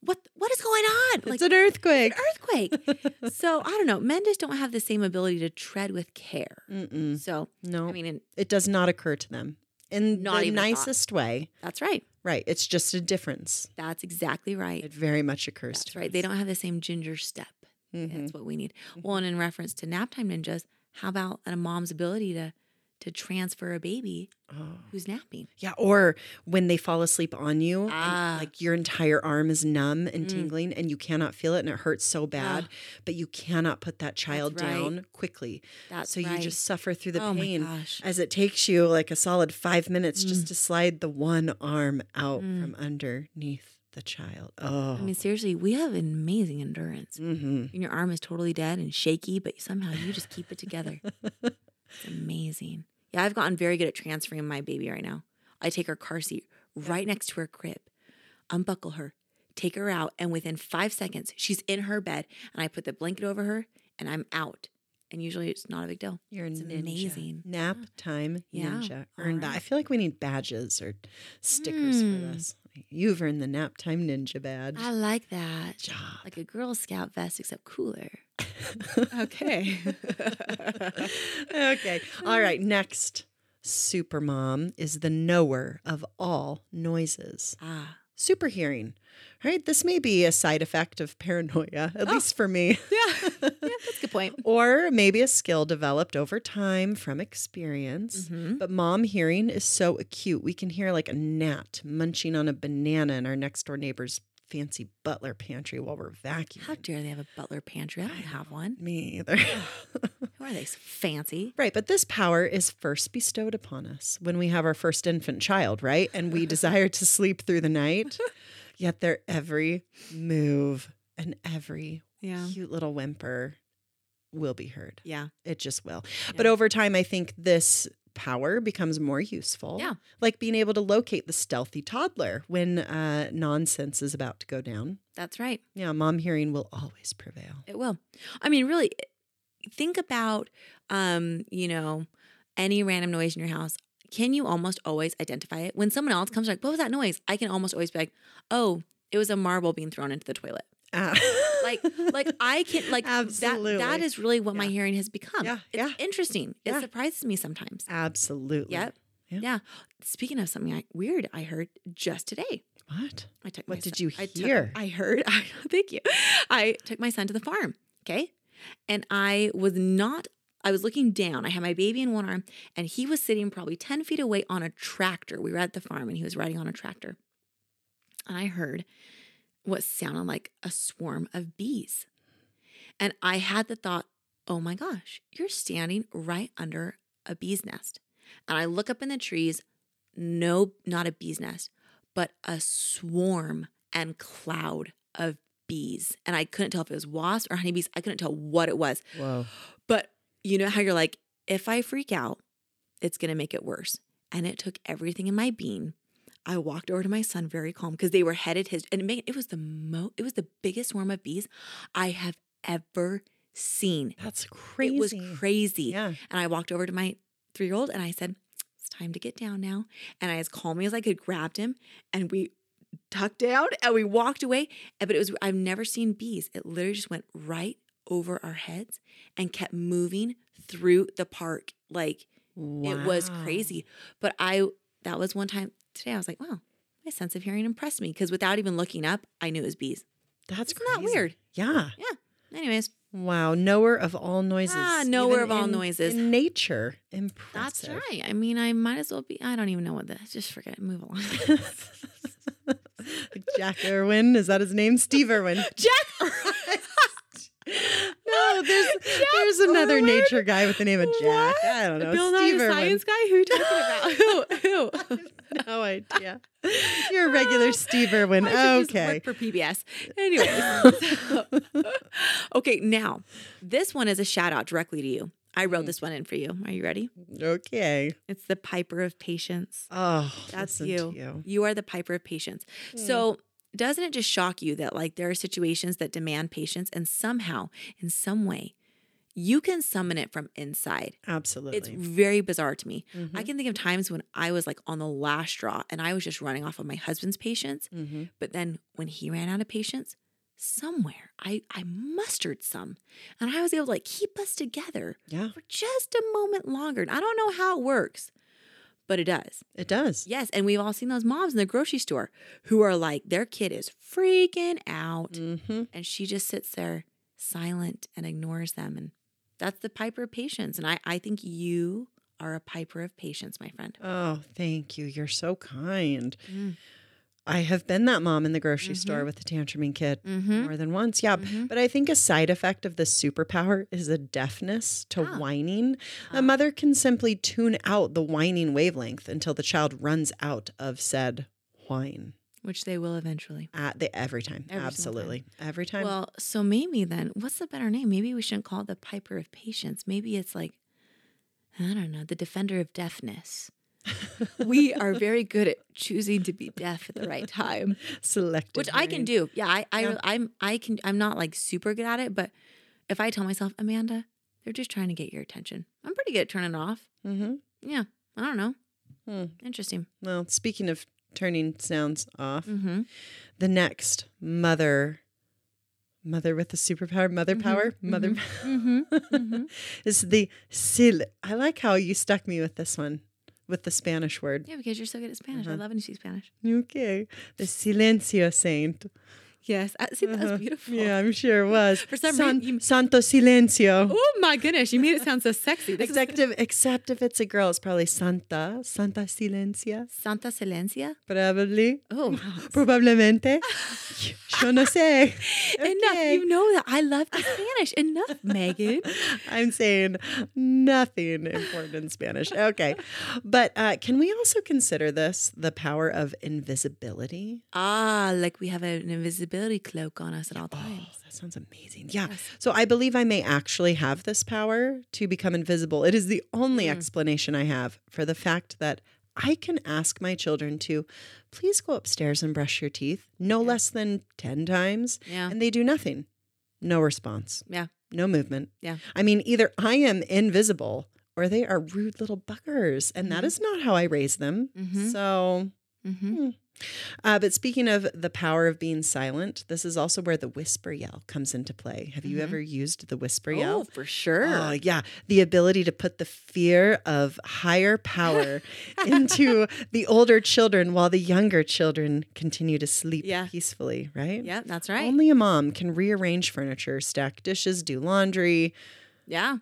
S2: what? What is going on? Like,
S1: it's an earthquake.
S2: earthquake. so I don't know. Men just don't have the same ability to tread with care.
S1: Mm-mm.
S2: So
S1: No,
S2: I mean, and
S1: it does not occur to them in
S2: Not
S1: the
S2: even a thought.
S1: nicest way.
S2: that's right.
S1: Right. It's just a difference.
S2: That's exactly right.
S1: It very much occurs
S2: That's
S1: to
S2: right.
S1: us.
S2: They don't have the same ginger step.
S1: Mhm.
S2: That's what we need.
S1: Mm-hmm.
S2: Well, and in reference to nap time ninjas, how about a mom's ability to to transfer a baby
S1: Oh.
S2: who's napping?
S1: Yeah, or when they fall asleep on you, and,
S2: Ah.
S1: like your entire arm is numb and
S2: Mm.
S1: tingling, and you cannot feel it, and it hurts so bad,
S2: Ah.
S1: but you cannot put that child
S2: right.
S1: down quickly.
S2: That's
S1: so
S2: right.
S1: you just suffer through the
S2: oh
S1: pain
S2: My gosh. Mm.
S1: as it takes you like a solid five minutes just to slide the one arm out from underneath the child. Oh,
S2: I mean, seriously, we have amazing endurance.
S1: Mhm.
S2: And your arm is totally dead and shaky, but somehow you just keep it together. it's amazing. Yeah, I've gotten very good at transferring my baby right now. I take her car seat right next to her crib, unbuckle her, take her out, and within five seconds, she's in her bed. And I put the blanket over her and I'm out. And usually it's not a big deal.
S1: you're
S2: It's
S1: ninja.
S2: amazing. Mm.
S1: Nap time
S2: Yeah.
S1: ninja.
S2: All
S1: Earn that. I
S2: right.
S1: feel like we need badges or stickers for
S2: Mm.
S1: this. You've earned the nap time ninja badge.
S2: I like that.
S1: Job.
S2: Like a Girl Scout vest, except cooler.
S1: okay. okay. All right. Next supermom is the knower of all noises.
S2: Ah.
S1: Super hearing. All right. This may be a side effect of paranoia, at
S2: Oh.
S1: least for me.
S2: Yeah. yeah, that's a good point.
S1: or maybe a skill developed over time from experience.
S2: Mhm.
S1: But mom hearing is so acute. We can hear like a gnat munching on a banana in our next door neighbor's fancy butler pantry while we're vacuuming.
S2: How dare they have a butler pantry? I don't have one.
S1: me either.
S2: Who are they? So Fancy.
S1: Right, but this power is first bestowed upon us when we have our first infant child, right? And we desire to sleep through the night. Yet their every move and every
S2: Yeah.
S1: cute little whimper will be heard.
S2: Yeah.
S1: It just will. But
S2: Yeah.
S1: over time, I think this power becomes more useful.
S2: Yeah.
S1: Like being able to locate the stealthy toddler when uh, nonsense is about to go down.
S2: That's right.
S1: Yeah, mom hearing will always prevail.
S2: It will. I mean, really think about um, you know, any random noise in your house. Can you almost always identify it? When someone else comes like, what was that noise? I can almost always be like, oh, it was a marble being thrown into the toilet.
S1: Ah.
S2: Like, like um, I can like
S1: Absolutely.
S2: that that is really what my
S1: Yeah.
S2: hearing has become.
S1: Yeah,
S2: It's
S1: yeah.
S2: interesting. It
S1: Yeah.
S2: surprises me sometimes.
S1: Absolutely.
S2: Yep.
S1: Yeah.
S2: Yeah. Speaking of something I, weird I heard just today.
S1: What?
S2: I took.
S1: What
S2: my
S1: did
S2: son-
S1: you
S2: I took-
S1: hear?
S2: I heard. I, thank you. I took my son to the farm. Okay, and I was not. I was looking down. I had my baby in one arm, and he was sitting probably ten feet away on a tractor. We were at the farm, and he was riding on a tractor. And I heard what sounded like a swarm of bees, and I had the thought, "Oh my gosh, you're standing right under a bee's nest." And I look up in the trees. No, not a bee's nest but a swarm and cloud of bees. And I couldn't tell if it was wasps or honeybees. I couldn't tell what it was.
S1: Whoa.
S2: But you know how you're like, if I freak out, it's going to make it worse. And it took everything in my being. I walked over to my son very calm because they were headed his and it, made, it was the mo it was the biggest swarm of bees I have ever seen.
S1: That's crazy.
S2: It was crazy.
S1: Yeah.
S2: And I walked over to my three year old and I said, time to get down now. And I, as calmly as I could, grabbed him and we ducked down and we walked away. And- But it was, I've never seen bees. It literally just went right over our heads and kept moving through the park. Like it was
S1: Wow.
S2: crazy. But I, that was one time today, I was like, wow, my sense of hearing impressed me because without even looking up, I knew it was bees.
S1: That's
S2: Isn't that
S1: crazy.
S2: weird?
S1: Yeah.
S2: Anyways,
S1: Wow. Knower of all noises.
S2: Ah, knower
S1: even
S2: of all
S1: in-
S2: noises.
S1: In nature.
S2: that's
S1: Impressive.
S2: right. I mean, I might as well be, I don't even know what that, just forget it, move along.
S1: Jack Irwin. Is that his name? Steve Irwin.
S2: Jack,
S1: No, there's there's another
S2: Irwin?
S1: nature guy with the name of Jack. I don't know.
S2: Bill Nye
S1: Steve
S2: the
S1: Irwin.
S2: Science Guy? Who are you talking about? Who? Who?
S1: No idea. You're a regular Steve Irwin.
S2: I should
S1: Okay.
S2: Just work for PBS. Anyway. okay, now this one is a shout out directly to you. I wrote this one in for you. Are you ready?
S1: Okay.
S2: It's the Piper of Patience.
S1: Oh,
S2: That's
S1: listen
S2: you.
S1: To you. Hmm.
S2: You are the Piper of Patience. So, doesn't it just shock you that like there are situations that demand patience and somehow in some way you can summon it from inside?
S1: Absolutely.
S2: It's very bizarre to me.
S1: Mhm.
S2: I can think of times when I was like on the last straw and I was just running off of my husband's patience
S1: Mhm.
S2: But then when he ran out of patience, somewhere I, I mustered some and I was able to like keep us together
S1: Yeah,
S2: for just a moment longer. And I don't know how it works, but it does.
S1: it does.
S2: Yes. And we've all seen those moms in the grocery store who are like, their kid is freaking out.
S1: Mm-hmm.
S2: And she just sits there silent and ignores them. And that's the piper of patience. And I, I think you are a piper of patience, my friend.
S1: Oh, thank you. You're so kind.
S2: Mm.
S1: I have been that mom in the grocery store with the tantruming kid
S2: Mm-hmm.
S1: more than once. Yeah. b-
S2: Mhm.
S1: But I think a side effect of this superpower is a deafness to
S2: Ah.
S1: whining.
S2: Ah.
S1: A mother can simply tune out the whining wavelength until the child runs out of said whine.
S2: Which they will eventually.
S1: At the, every time.
S2: Every single time.
S1: Absolutely. Every time.
S2: Well, so maybe then, what's the better name? Maybe we shouldn't call it the Piper of Patience. Maybe it's like, I don't know, the Defender of Deafness. we are very good at choosing to be deaf at the right time,
S1: Selective.
S2: which I can
S1: hearing.
S2: do. Yeah, I, I,
S1: Yeah.
S2: I'm, I can, I'm not like super good at it, but if I tell myself, Amanda, they're just trying to get your attention, I'm pretty good at turning it off.
S1: Mhm.
S2: Yeah, I don't know.
S1: Hmm.
S2: Interesting.
S1: Well, speaking of turning sounds off,
S2: Mm-hmm.
S1: the next mother mother with the superpower mother
S2: Mhm,
S1: power mother
S2: Mm-hmm. Mhm.
S1: is the sil i like how you stuck me with this one with the spanish word
S2: Yeah, because you're so good at Spanish. I
S1: Uh-huh.
S2: love when you speak Spanish.
S1: okay the silencio saint
S2: Yes, I, see, that
S1: Uh-huh.
S2: was Mm-hmm. beautiful.
S1: yeah i'm sure it was
S2: For some
S1: San-
S2: reason you-
S1: santo silencio
S2: Oh my goodness, you made it sound so sexy. This is-
S1: except if, except if it's a girl it's probably santa santa silencia
S2: Santa Silencia.
S1: probably
S2: Oh, wow.
S1: probablemente yo no sé
S2: enough.
S1: Okay.
S2: You know that I love the Spanish. Enough, Megan.
S1: I'm saying nothing important in Spanish. Okay. But uh, can we also consider this the power of invisibility?
S2: Ah, like we have an invisibility cloak on us at all
S1: Oh,
S2: times.
S1: that sounds amazing. Yeah.
S2: Yes.
S1: So I believe I may actually have this power to become invisible. It is the only
S2: Mm.
S1: explanation I have for the fact that I can ask my children to please go upstairs and brush your teeth no
S2: Yeah.
S1: less than 10 times,
S2: Yeah.
S1: and they do nothing. No response.
S2: Yeah.
S1: No movement.
S2: Yeah.
S1: I mean, either I am invisible or they are rude little buggers. And that
S2: Mhm.
S1: is not how I raise them.
S2: Mhm.
S1: So,
S2: Mm-hmm.
S1: uh, but speaking of the power of being silent, this is also where the whisper yell comes into play. Have you
S2: Mhm.
S1: ever used the whisper
S2: Oh,
S1: yell?
S2: for sure.
S1: Oh, yeah. The ability to put the fear of higher power into the older children while the younger children continue to sleep
S2: Yeah.
S1: peacefully, right?
S2: yeah, Oh, that's right.
S1: Only a mom can rearrange furniture, stack dishes, do laundry,
S2: yeah.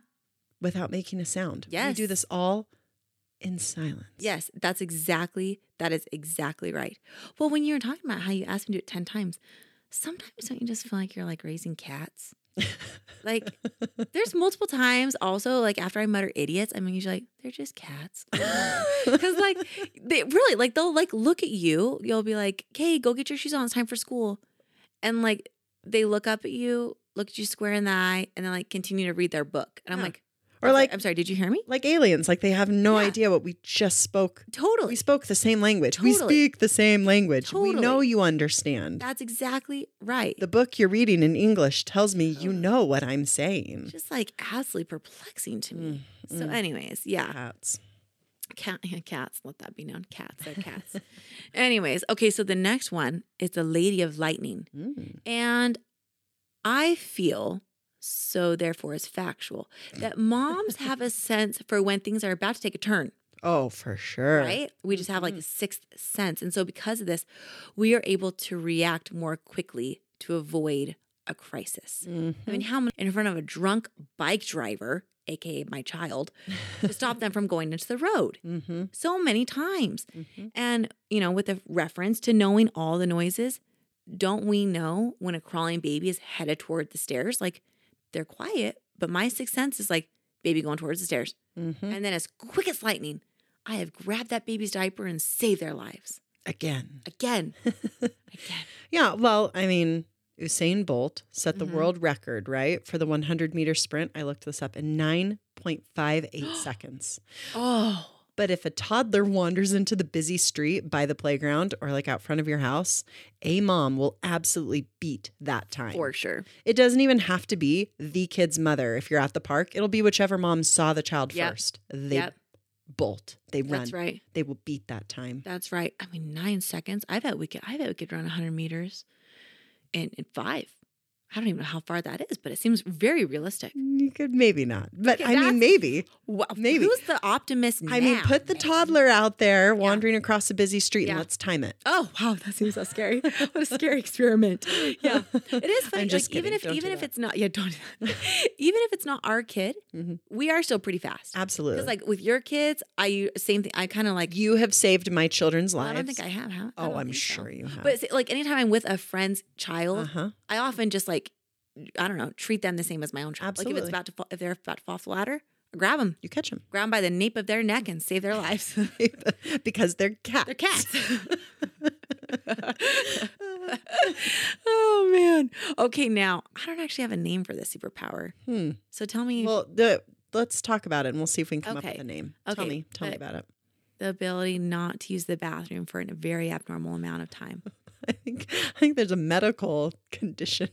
S1: without making a sound. We
S2: Yes.
S1: do this all in silence.
S2: Yes, that's exactly that is exactly right. Well, when you were talking about how you asked me to do it ten times, sometimes don't you just feel like you're like raising cats? like there's multiple times also like after I mutter idiots, I'm usually like, they're just cats. Because like they really like they'll like look at you. You'll be like, "Hey, go get your shoes on. It's time for school," and like they look up at you, look at you square in the eye, and then like continue to read their book. And I'm
S1: Yeah.
S2: like,
S1: Or
S2: I'm sorry-
S1: like
S2: I'm sorry, did you hear me?
S1: like aliens, like they have no
S2: Yeah.
S1: idea what we just spoke. We
S2: Totally.
S1: spoke the same language. We
S2: Totally.
S1: speak the same language. We know
S2: Totally.
S1: you understand.
S2: That's exactly right.
S1: the book you're reading in English tells me you
S2: Totally.
S1: know what I'm saying.
S2: Just like absolutely perplexing to me.
S1: Mm,
S2: So,
S1: mm.
S2: anyways, yeah,
S1: Cats.
S2: Cat, cats, let that be known. Cats are cats. Anyways, okay, so the next one is the Lady of Lightning.
S1: Mm.
S2: And I feel, so therefore is factual, that moms have a sense for when things are about to take a turn,
S1: Oh, for sure.
S2: right? We just have like a sixth sense. And so because of this, we are able to react more quickly to avoid a crisis.
S1: Mhm.
S2: I mean, how many in front of a drunk bike driver, aka my child, to stop them from going into the road?
S1: Mm-hmm.
S2: so many times.
S1: Mhm.
S2: And, you know, with a reference to knowing all the noises, don't we know when a crawling baby is headed toward the stairs? Like they're quiet, but my sixth sense is like baby going towards the stairs.
S1: Mm-hmm.
S2: And then as quick as lightning, I have grabbed that baby's diaper and saved their lives.
S1: Again.
S2: Again. Again.
S1: Yeah, well, I mean, Usain Bolt set the
S2: Mhm.
S1: world record, right, for the 100 meter sprint. I looked this up in 9.58 seconds.
S2: Oh.
S1: But if a toddler wanders into the busy street by the playground or like out front of your house, a mom will absolutely beat that time.
S2: For sure.
S1: It doesn't even have to be the kid's mother. If you're at the park, it'll be whichever mom saw the child
S2: Yep.
S1: first. They
S2: yep.
S1: bolt, they run,
S2: That's right.
S1: they will beat that time.
S2: That's right. I mean, nine seconds. I bet we could. I bet we could run 100 meters in, in five. I don't even know how far that is, but it seems very realistic.
S1: You could maybe not, but
S2: Okay,
S1: I mean,
S2: that's-
S1: maybe.
S2: Wow,
S1: Maybe.
S2: Who's the optimist now?
S1: I mean, put the toddler out there wandering across a busy street and
S2: Yeah.
S1: let's time it.
S2: Oh wow, that seems so scary. what a scary experiment. Yeah, it is funny.
S1: I'm just
S2: like, even
S1: kidding.
S2: if
S1: Don't do
S2: even if
S1: that.
S2: it's not yeah, don't. do that. even if it's not our kid,
S1: Mhm.
S2: we are still pretty fast.
S1: Absolutely.
S2: Because like with your kids, I same thing. I kind of like.
S1: you have saved my children's
S2: Well,
S1: lives.
S2: I don't think I have. Huh? I
S1: Oh,
S2: don't
S1: I'm
S2: think so.
S1: sure you have.
S2: But see, like anytime I'm with a friend's child,
S1: uh-huh.
S2: I often just like, I don't know, treat them the same as my own child. Like if
S1: Absolutely.
S2: it's about to fall, if they're about to fall off the ladder, I grab them,
S1: You catch them
S2: grab them by the nape of their neck, and save their lives.
S1: because they're cats.
S2: they're cats. oh man. Okay, now I don't actually have a name for this superpower.
S1: Hmm.
S2: So tell me
S1: Well, the, let's talk about it and we'll see if we can come up
S2: Okay.
S1: with a name. Tell
S2: Okay, Uh,
S1: me. Tell me
S2: but-
S1: about it.
S2: the ability not to use the bathroom for a very abnormal amount of time.
S1: I think I think there's a medical condition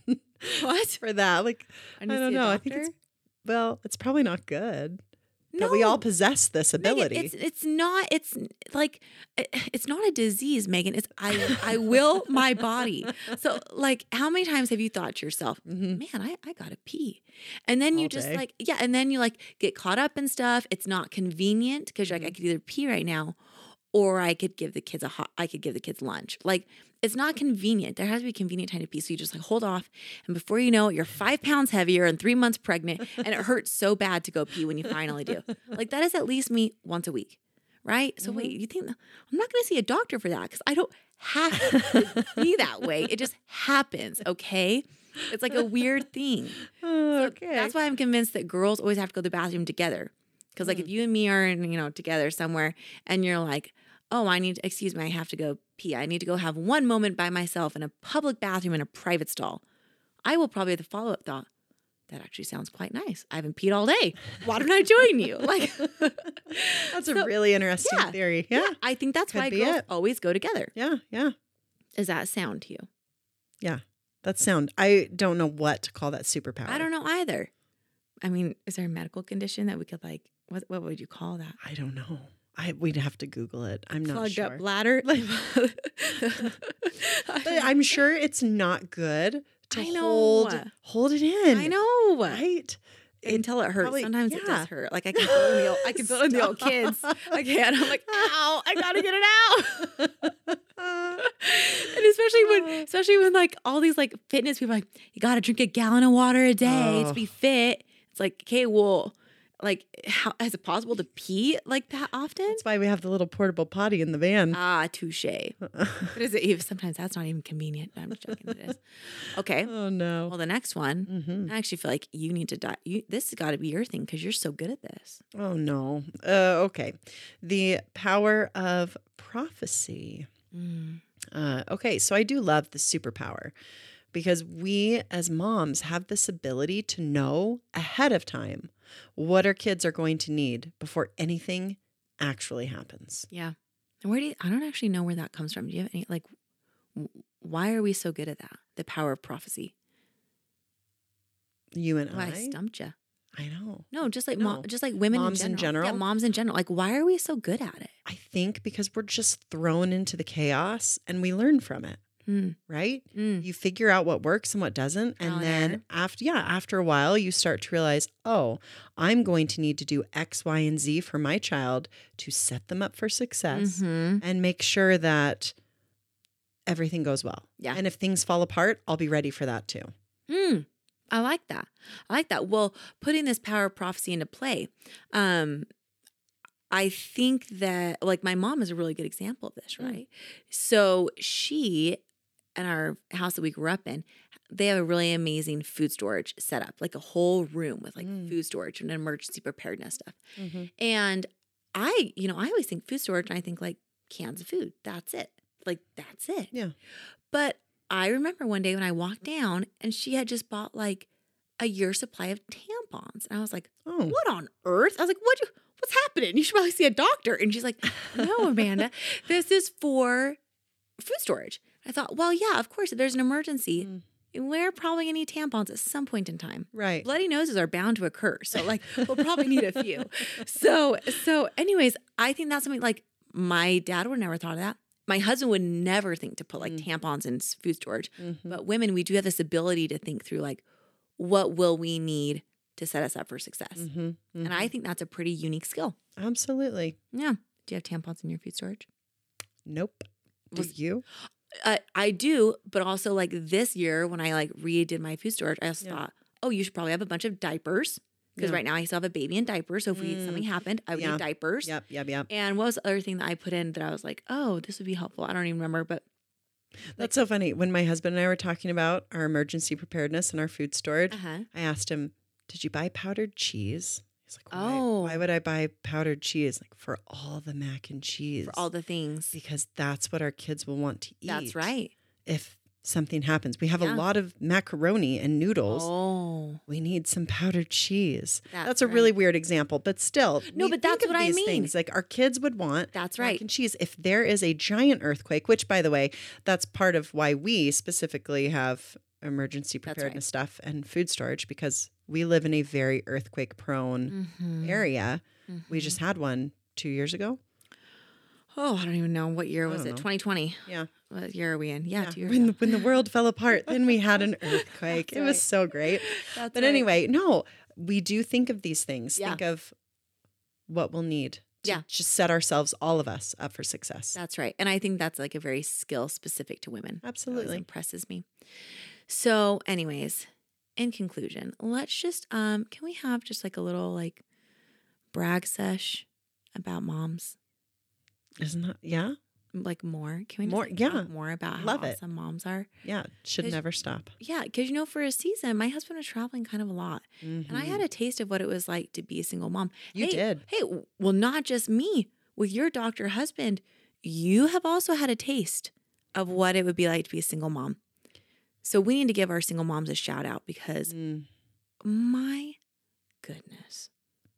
S2: What?
S1: for that. Like
S2: I, need
S1: I
S2: to
S1: don't
S2: see a
S1: know. I think it's
S2: doctor?
S1: well, it's probably not good.
S2: no.
S1: But we all possess this ability.
S2: Megan, it's it's not it's like it- it's not a disease, Megan. It's I I will my body. So like how many times have you thought to yourself,
S1: Mhm.
S2: man, I, I gotta pee. And then you
S1: All
S2: just
S1: day.
S2: like yeah, and then you like get caught up in stuff. It's not convenient because you're like, I
S1: Mm-hmm.
S2: could either pee right now or I could give the kids a hot I could give the kids lunch. Like it's not convenient. There has to be a convenient time to pee. So you just like hold off. And before you know it,
S1: Mm-hmm.
S2: you're five pounds heavier and three months pregnant. And it hurts so bad to go pee when you finally do. Like that is at least me once a week. Right.
S1: Mm-hmm.
S2: So wait, you think I'm not gonna see a doctor for that because I don't have to be that way. It just happens. Okay. It's like a weird thing.
S1: Oh,
S2: So That's why I'm convinced that girls always have to go to the bathroom together. Because like if
S1: Hmm.
S2: you and me are in, you know together somewhere and you're like, oh, I need excuse me, I have to go pee. I need to go have one moment by myself in a public bathroom in a private stall. I will probably have the follow up thought. That actually sounds quite nice. I haven't peed all day. Why don't I join you? Like,
S1: That's a
S2: so-
S1: really interesting
S2: yeah,
S1: theory. Yeah.
S2: I think that's
S1: Could
S2: why
S1: be
S2: girls
S1: it.
S2: always go together.
S1: Yeah. Yeah.
S2: Does that sound to you?
S1: That sound. I don't know what to call that superpower.
S2: I don't know either. I mean, is there a medical condition that we could like? What what would you call that?
S1: I don't know. I we'd have to Google it. I'm not
S2: plugged
S1: sure.
S2: up bladder. Like,
S1: but I'm sure it's not good to
S2: I
S1: hold
S2: know.
S1: hold it in.
S2: I know.
S1: Right?
S2: Until it hurts.
S1: probably-
S2: Sometimes it
S1: yeah.
S2: does hurt. Like I can feel it in the old, I can feel it in the old kids. I can. I'm like, ow! I gotta get it out. and especially
S1: Oh.
S2: when, especially when like all these like fitness people are like, you gotta drink a gallon of water a day
S1: Oh.
S2: to be fit. It's like, okay, well, like, how is it possible to pee like that often?
S1: That's why we have the little portable potty in the van.
S2: Ah, touche. But is it even? Sometimes that's not even convenient. No, I'm just joking. It is. Okay.
S1: oh no.
S2: Well, the next one,
S1: hmm
S2: I actually feel like you need to die. You, this has got to be your thing because you're so good at this.
S1: Oh no. Uh, okay. The power of prophecy. Uh, okay, so I do love the superpower because we as moms have this ability to know ahead of time what our kids are going to need before anything actually happens.
S2: Yeah. And where do you, I don't actually know where that comes from. Do you have any like? w- Why are we so good at that? The power of prophecy.
S1: You and
S2: Oh, I
S1: I.
S2: stumped you.
S1: I know.
S2: No, just like
S1: No.
S2: mom, just like women
S1: Moms in
S2: in general.
S1: general?
S2: Yeah, moms in general. Like, why are we so good at it?
S1: I think because we're just thrown into the chaos and we learn from it,
S2: Hmm.
S1: right?
S2: Mm.
S1: You figure out what works and what doesn't. And
S2: Trial and
S1: then
S2: error.
S1: after yeah, after a while you start to realize, oh, I'm going to need to do X, Y, and Z for my child to set them up for success
S2: Mhm.
S1: and make sure that everything goes well.
S2: Yeah.
S1: And if things fall apart, I'll be ready for that too.
S2: Mm, I like that. I like that. Well, putting this power of prophecy into play, um, I think that like my mom is a really good example of this,
S1: Mm.
S2: right? So she and our house that we grew up in, they have a really amazing food storage set up, like a whole room with like
S1: Mm.
S2: food storage and emergency preparedness stuff. And I, you know, I always think food storage and I think like cans of food. That's it. Like that's it.
S1: Yeah.
S2: But I remember one day when I walked down and she had just bought like a year supply of tampons. And I was like,
S1: Oh.
S2: what on earth? I was like, what you what's happening? You should probably see a doctor. And she's like, No, Amanda, this is for food storage. I thought, well, yeah, of course, if there's an emergency,
S1: Mm.
S2: we're probably gonna need tampons at some point in time
S1: Right.
S2: bloody noses are bound to occur so like we'll probably need a few so so anyways i think that's something like my dad would never thought of that my husband would never think to put like
S1: Mm.
S2: tampons in s- food storage
S1: Mhm.
S2: but women we do have this ability to think through like what will we need to set us up for success
S1: Mhm.
S2: and i think that's a pretty unique skill
S1: Mhm. absolutely.
S2: yeah do you have tampons in your food storage
S1: Nope. Do
S2: Was-
S1: you?
S2: uh, I do, but also like this year when I like redid my food storage, I also
S1: Yeah.
S2: thought, oh, you should probably have a bunch of diapers because
S1: Yeah.
S2: right now I still have a baby in diapers. So if we
S1: Mm.
S2: something happened, I would
S1: Yeah.
S2: need diapers.
S1: Yep, yep, yep.
S2: And what was the other thing that I put in that I was like, oh, this would be helpful? I don't even remember, but
S1: That's so funny. When my husband and I were talking about our emergency preparedness and our food storage,
S2: uh-huh.
S1: I asked him, "Did you buy powdered cheese?" He's like, why,
S2: Oh.
S1: why would I buy powdered cheese? Like for all the mac and cheese,
S2: for all the things.
S1: because that's what our kids will want to eat.
S2: That's right.
S1: If something happens, we have a
S2: Yeah.
S1: lot of macaroni and noodles.
S2: Oh,
S1: We need some powdered cheese.
S2: That's
S1: a really
S2: right.
S1: weird example, but still,
S2: No,
S1: we
S2: but
S1: think
S2: that's
S1: of
S2: what I
S1: these
S2: mean.
S1: Things like our kids would want
S2: that's
S1: mac
S2: right.
S1: and cheese. If there is a giant earthquake, which by the way, that's part of why we specifically have emergency
S2: That's right.
S1: preparedness stuff and food storage because we live in a very earthquake prone
S2: Mhm.
S1: area. We
S2: Mhm.
S1: just had one two years ago.
S2: oh, I don't even know what year
S1: I
S2: was
S1: don't
S2: it?
S1: know.
S2: 2020.
S1: Yeah.
S2: What year are we in? Yeah, two years
S1: When,
S2: ago.
S1: the, when the world fell apart, then we had an earthquake.
S2: That's
S1: it
S2: right.
S1: was so great.
S2: That's
S1: But
S2: right.
S1: anyway, no, we do think of these things.
S2: Yeah.
S1: Think of what we'll need to
S2: Yeah.
S1: just set ourselves, all of us, up for success.
S2: that's right. And I think that's like a very skill specific to women. That always
S1: Absolutely.
S2: impresses me. So, anyways, in conclusion, let's just um, can we have just like a little like brag sesh about moms,
S1: Isn't that? Yeah.
S2: like more? Can we just
S1: More-
S2: like,
S1: yeah.
S2: talk more about how
S1: Love it.
S2: awesome moms are?
S1: Yeah. Should
S2: There's-
S1: never stop.
S2: Yeah, because you know, for a season, my husband was traveling kind of a lot, and I
S1: Mhm.
S2: had a taste of what it was like to be a single mom.
S1: You
S2: hey,
S1: did.
S2: Hey, w- well, not just me. With your doctor husband, you have also had a taste of what it would be like to be a single mom. So we need to give our single moms a shout out because
S1: Mm,
S2: my goodness,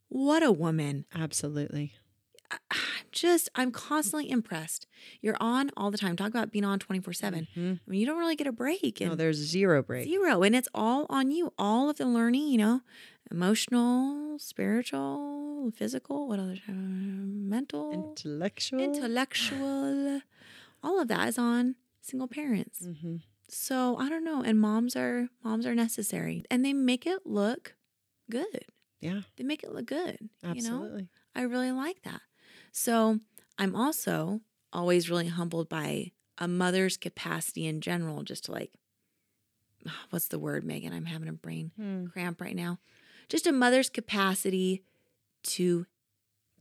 S2: what a woman.
S1: absolutely.
S2: I- I'm just, I'm constantly impressed. You're on all the time. Talk about being on 24 7.
S1: Mhm.
S2: I mean, you don't really get a break.
S1: No,
S2: And
S1: there's zero break.
S2: Zero. And it's all on you. All of the learning, you know, emotional, spiritual, physical, what other time? Mental,
S1: Intellectual.
S2: intellectual. all of that is on single parents.
S1: Mhm.
S2: So I don't know. And moms are moms are necessary. And they make it look good.
S1: Yeah.
S2: They make it look good. You know?
S1: Absolutely.
S2: I really like that. So I'm also always really humbled by a mother's capacity in general, just to like what's the word, Megan? I'm having a brain
S1: Hmm.
S2: cramp right now. Just a mother's capacity to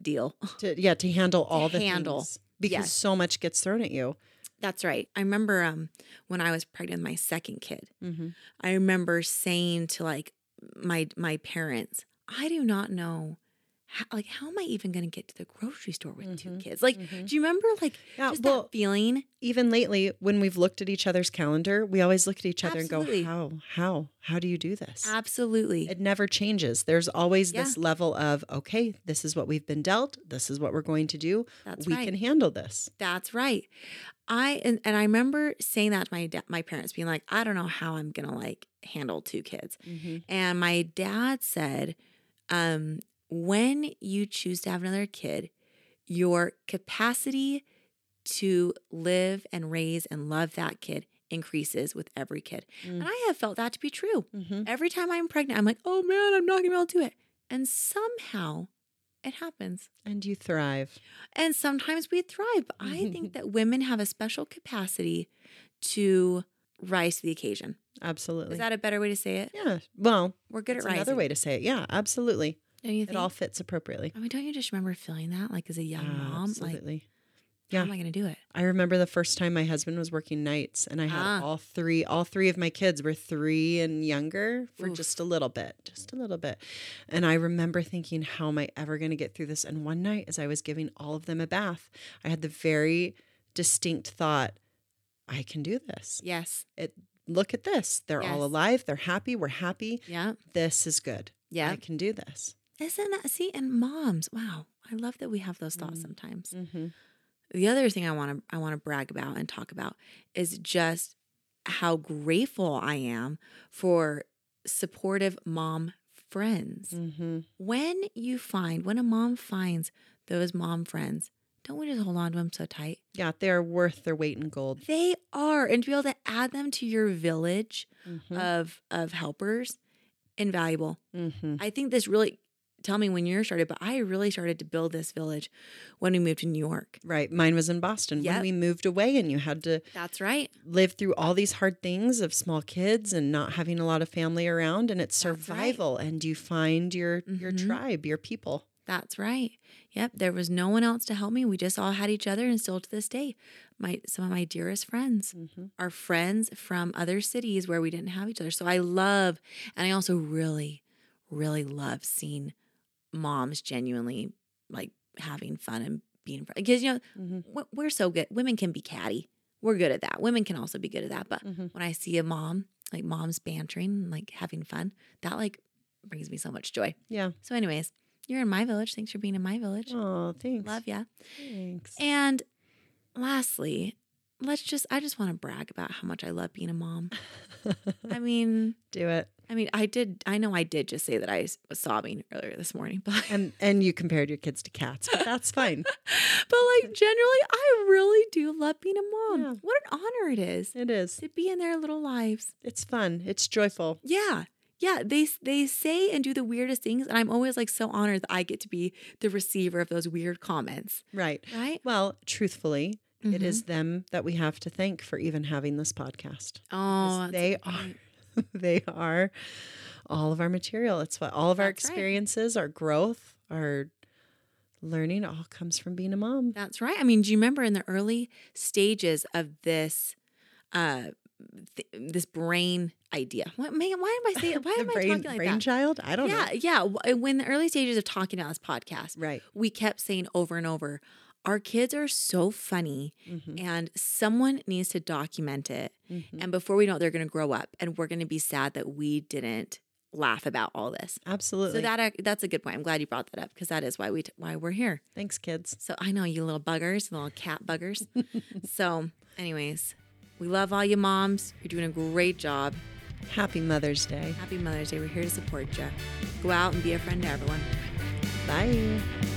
S2: deal.
S1: To, yeah. To handle all the
S2: handle.
S1: things. Because
S2: Yes.
S1: so much gets thrown at you.
S2: That's right. I remember um, when I was pregnant with my second kid,
S1: Mm-hmm.
S2: I remember saying to like my my parents, I do not know how, like how am I even going to get to the grocery store with two
S1: Mhm.
S2: kids? Like do you remember like
S1: Yeah,
S2: just
S1: Uh, well,
S2: that feeling?
S1: even lately, when we've looked at each other's calendar, we always look at each other
S2: Absolutely.
S1: and go, "How? How? How do you do this?"
S2: Absolutely.
S1: It never changes. There's always
S2: Yeah.
S1: this level of, "Okay, this is what we've been dealt. This is what we're going to do.
S2: That's
S1: we
S2: right.
S1: can handle this."
S2: That's right. I and, and I remember saying that to my da- my parents being Mm-hmm. like, I don't know how I'm going to like handle two kids. And my dad said, Um, when you choose to have another kid, your capacity to live and raise and love that kid increases with every kid.
S1: Mm.
S2: And I have felt that to be true.
S1: Mm-hmm.
S2: Every time I'm pregnant, I'm like, oh man, I'm not gonna be able to do it. And somehow it happens.
S1: And you thrive.
S2: And sometimes we thrive. But I think that women have a special capacity to rise to the occasion.
S1: Absolutely.
S2: Is that a better way to say it?
S1: yeah. Well,
S2: We're good
S1: that's
S2: at rising.
S1: another way to say it. Yeah, absolutely.
S2: Don't you
S1: It
S2: think?
S1: all fits appropriately.
S2: I mean, don't you just remember feeling that, like as a young mom, like
S1: Absolutely.
S2: how
S1: Yeah.
S2: am I going to do it?
S1: I remember the first time my husband was working nights and I had
S2: Ah.
S1: all three all three of my kids were 3 and younger for
S2: Oof.
S1: just a little bit, just a little bit. And I remember thinking how am I ever going to get through this? And one night as I was giving all of them a bath, I had the very distinct thought, I can do this.
S2: Yes.
S1: Look at this. They're all
S2: Yes.
S1: alive, they're happy, we're happy.
S2: Yeah.
S1: This is good.
S2: Yeah.
S1: I can do this.
S2: Isn't that see? And moms, wow, I love that we have those thoughts
S1: Mm.
S2: sometimes.
S1: Mm-hmm.
S2: The other thing I want to I want to brag about and talk about is just how grateful I am for supportive mom friends.
S1: Mm-hmm.
S2: When you find when a mom finds those mom friends, don't we just hold on to them so tight?
S1: Yeah, they're worth their weight in gold.
S2: They are, and to be able to add them to your village
S1: Mm-hmm.
S2: of of helpers invaluable
S1: mm-hmm.
S2: i think this really tell me when you started but i really started to build this village when we moved to new york
S1: Right. Mine was in Boston
S2: Yep.
S1: when we moved away, and you had to
S2: that's right
S1: live through all these hard things of small kids and not having a lot of family around, and it's
S2: That's right.
S1: survival. And you find your your
S2: Mhm.
S1: tribe, your people.
S2: that's right yep there was no one else to help me we just all had each other and still to this day my some of my dearest friends
S1: Mm-hmm,
S2: are friends from other cities where we didn't have each other so i love and i also really really love seeing moms genuinely like having fun and being because you know
S1: Mhm.
S2: we- we're so good. Women can be catty. We're good at that. Women can also be good at that. But
S1: Mhm.
S2: when I see a mom, like mom's bantering, and, like having fun, that like brings me so much joy.
S1: Yeah.
S2: So, anyways, you're in my village. Thanks for being in my village.
S1: Oh, thanks.
S2: Love ya.
S1: Thanks.
S2: And lastly, let's just I just want to brag about how much I love being a mom. I mean,
S1: Do it.
S2: I mean, I did. I know I did just say that I s- was sobbing earlier this morning, but
S1: And and you compared your kids to cats, but that's fine. Oh,
S2: but like generally, I really do love being a mom.
S1: Yeah.
S2: What an honor it is
S1: it is.
S2: to be in their little lives.
S1: It's fun. It's joyful.
S2: Yeah. Yeah, they they say and do the weirdest things and I'm always like so honored that I get to be the receiver of those weird comments,
S1: Right.
S2: right?
S1: Well, truthfully, it
S2: Mhm.
S1: is them that we have to thank for even having this podcast.
S2: Oh,
S1: Because
S2: that's
S1: they
S2: right.
S1: are they are all of our material it's what all of our
S2: That's right.
S1: experiences our growth our learning all comes from being a mom
S2: That's right. I mean, do you remember in the early stages of this uh th- this brain idea? What Megan, why am I saying why
S1: the
S2: am I
S1: brain
S2: talking like that?
S1: brainchild i don't
S2: yeah,
S1: know
S2: yeah, w- when the early stages of talking about this podcast,
S1: right
S2: we kept saying over and over, our kids are so funny
S1: Mhm.
S2: and someone needs to document it.
S1: Mhm.
S2: And before we know it, they're going to grow up, and we're going to be sad that we didn't laugh about all this.
S1: absolutely
S2: So that uh, that's a good point. I'm glad you brought that up because that is why we t- why we're here.
S1: thanks kids
S2: So I know you little buggers, little cat buggers. so, anyways, we love all you moms. You're doing a great job.
S1: happy mother's day
S2: Happy Mother's Day. We're here to support you. Go out and be a friend to everyone.
S1: bye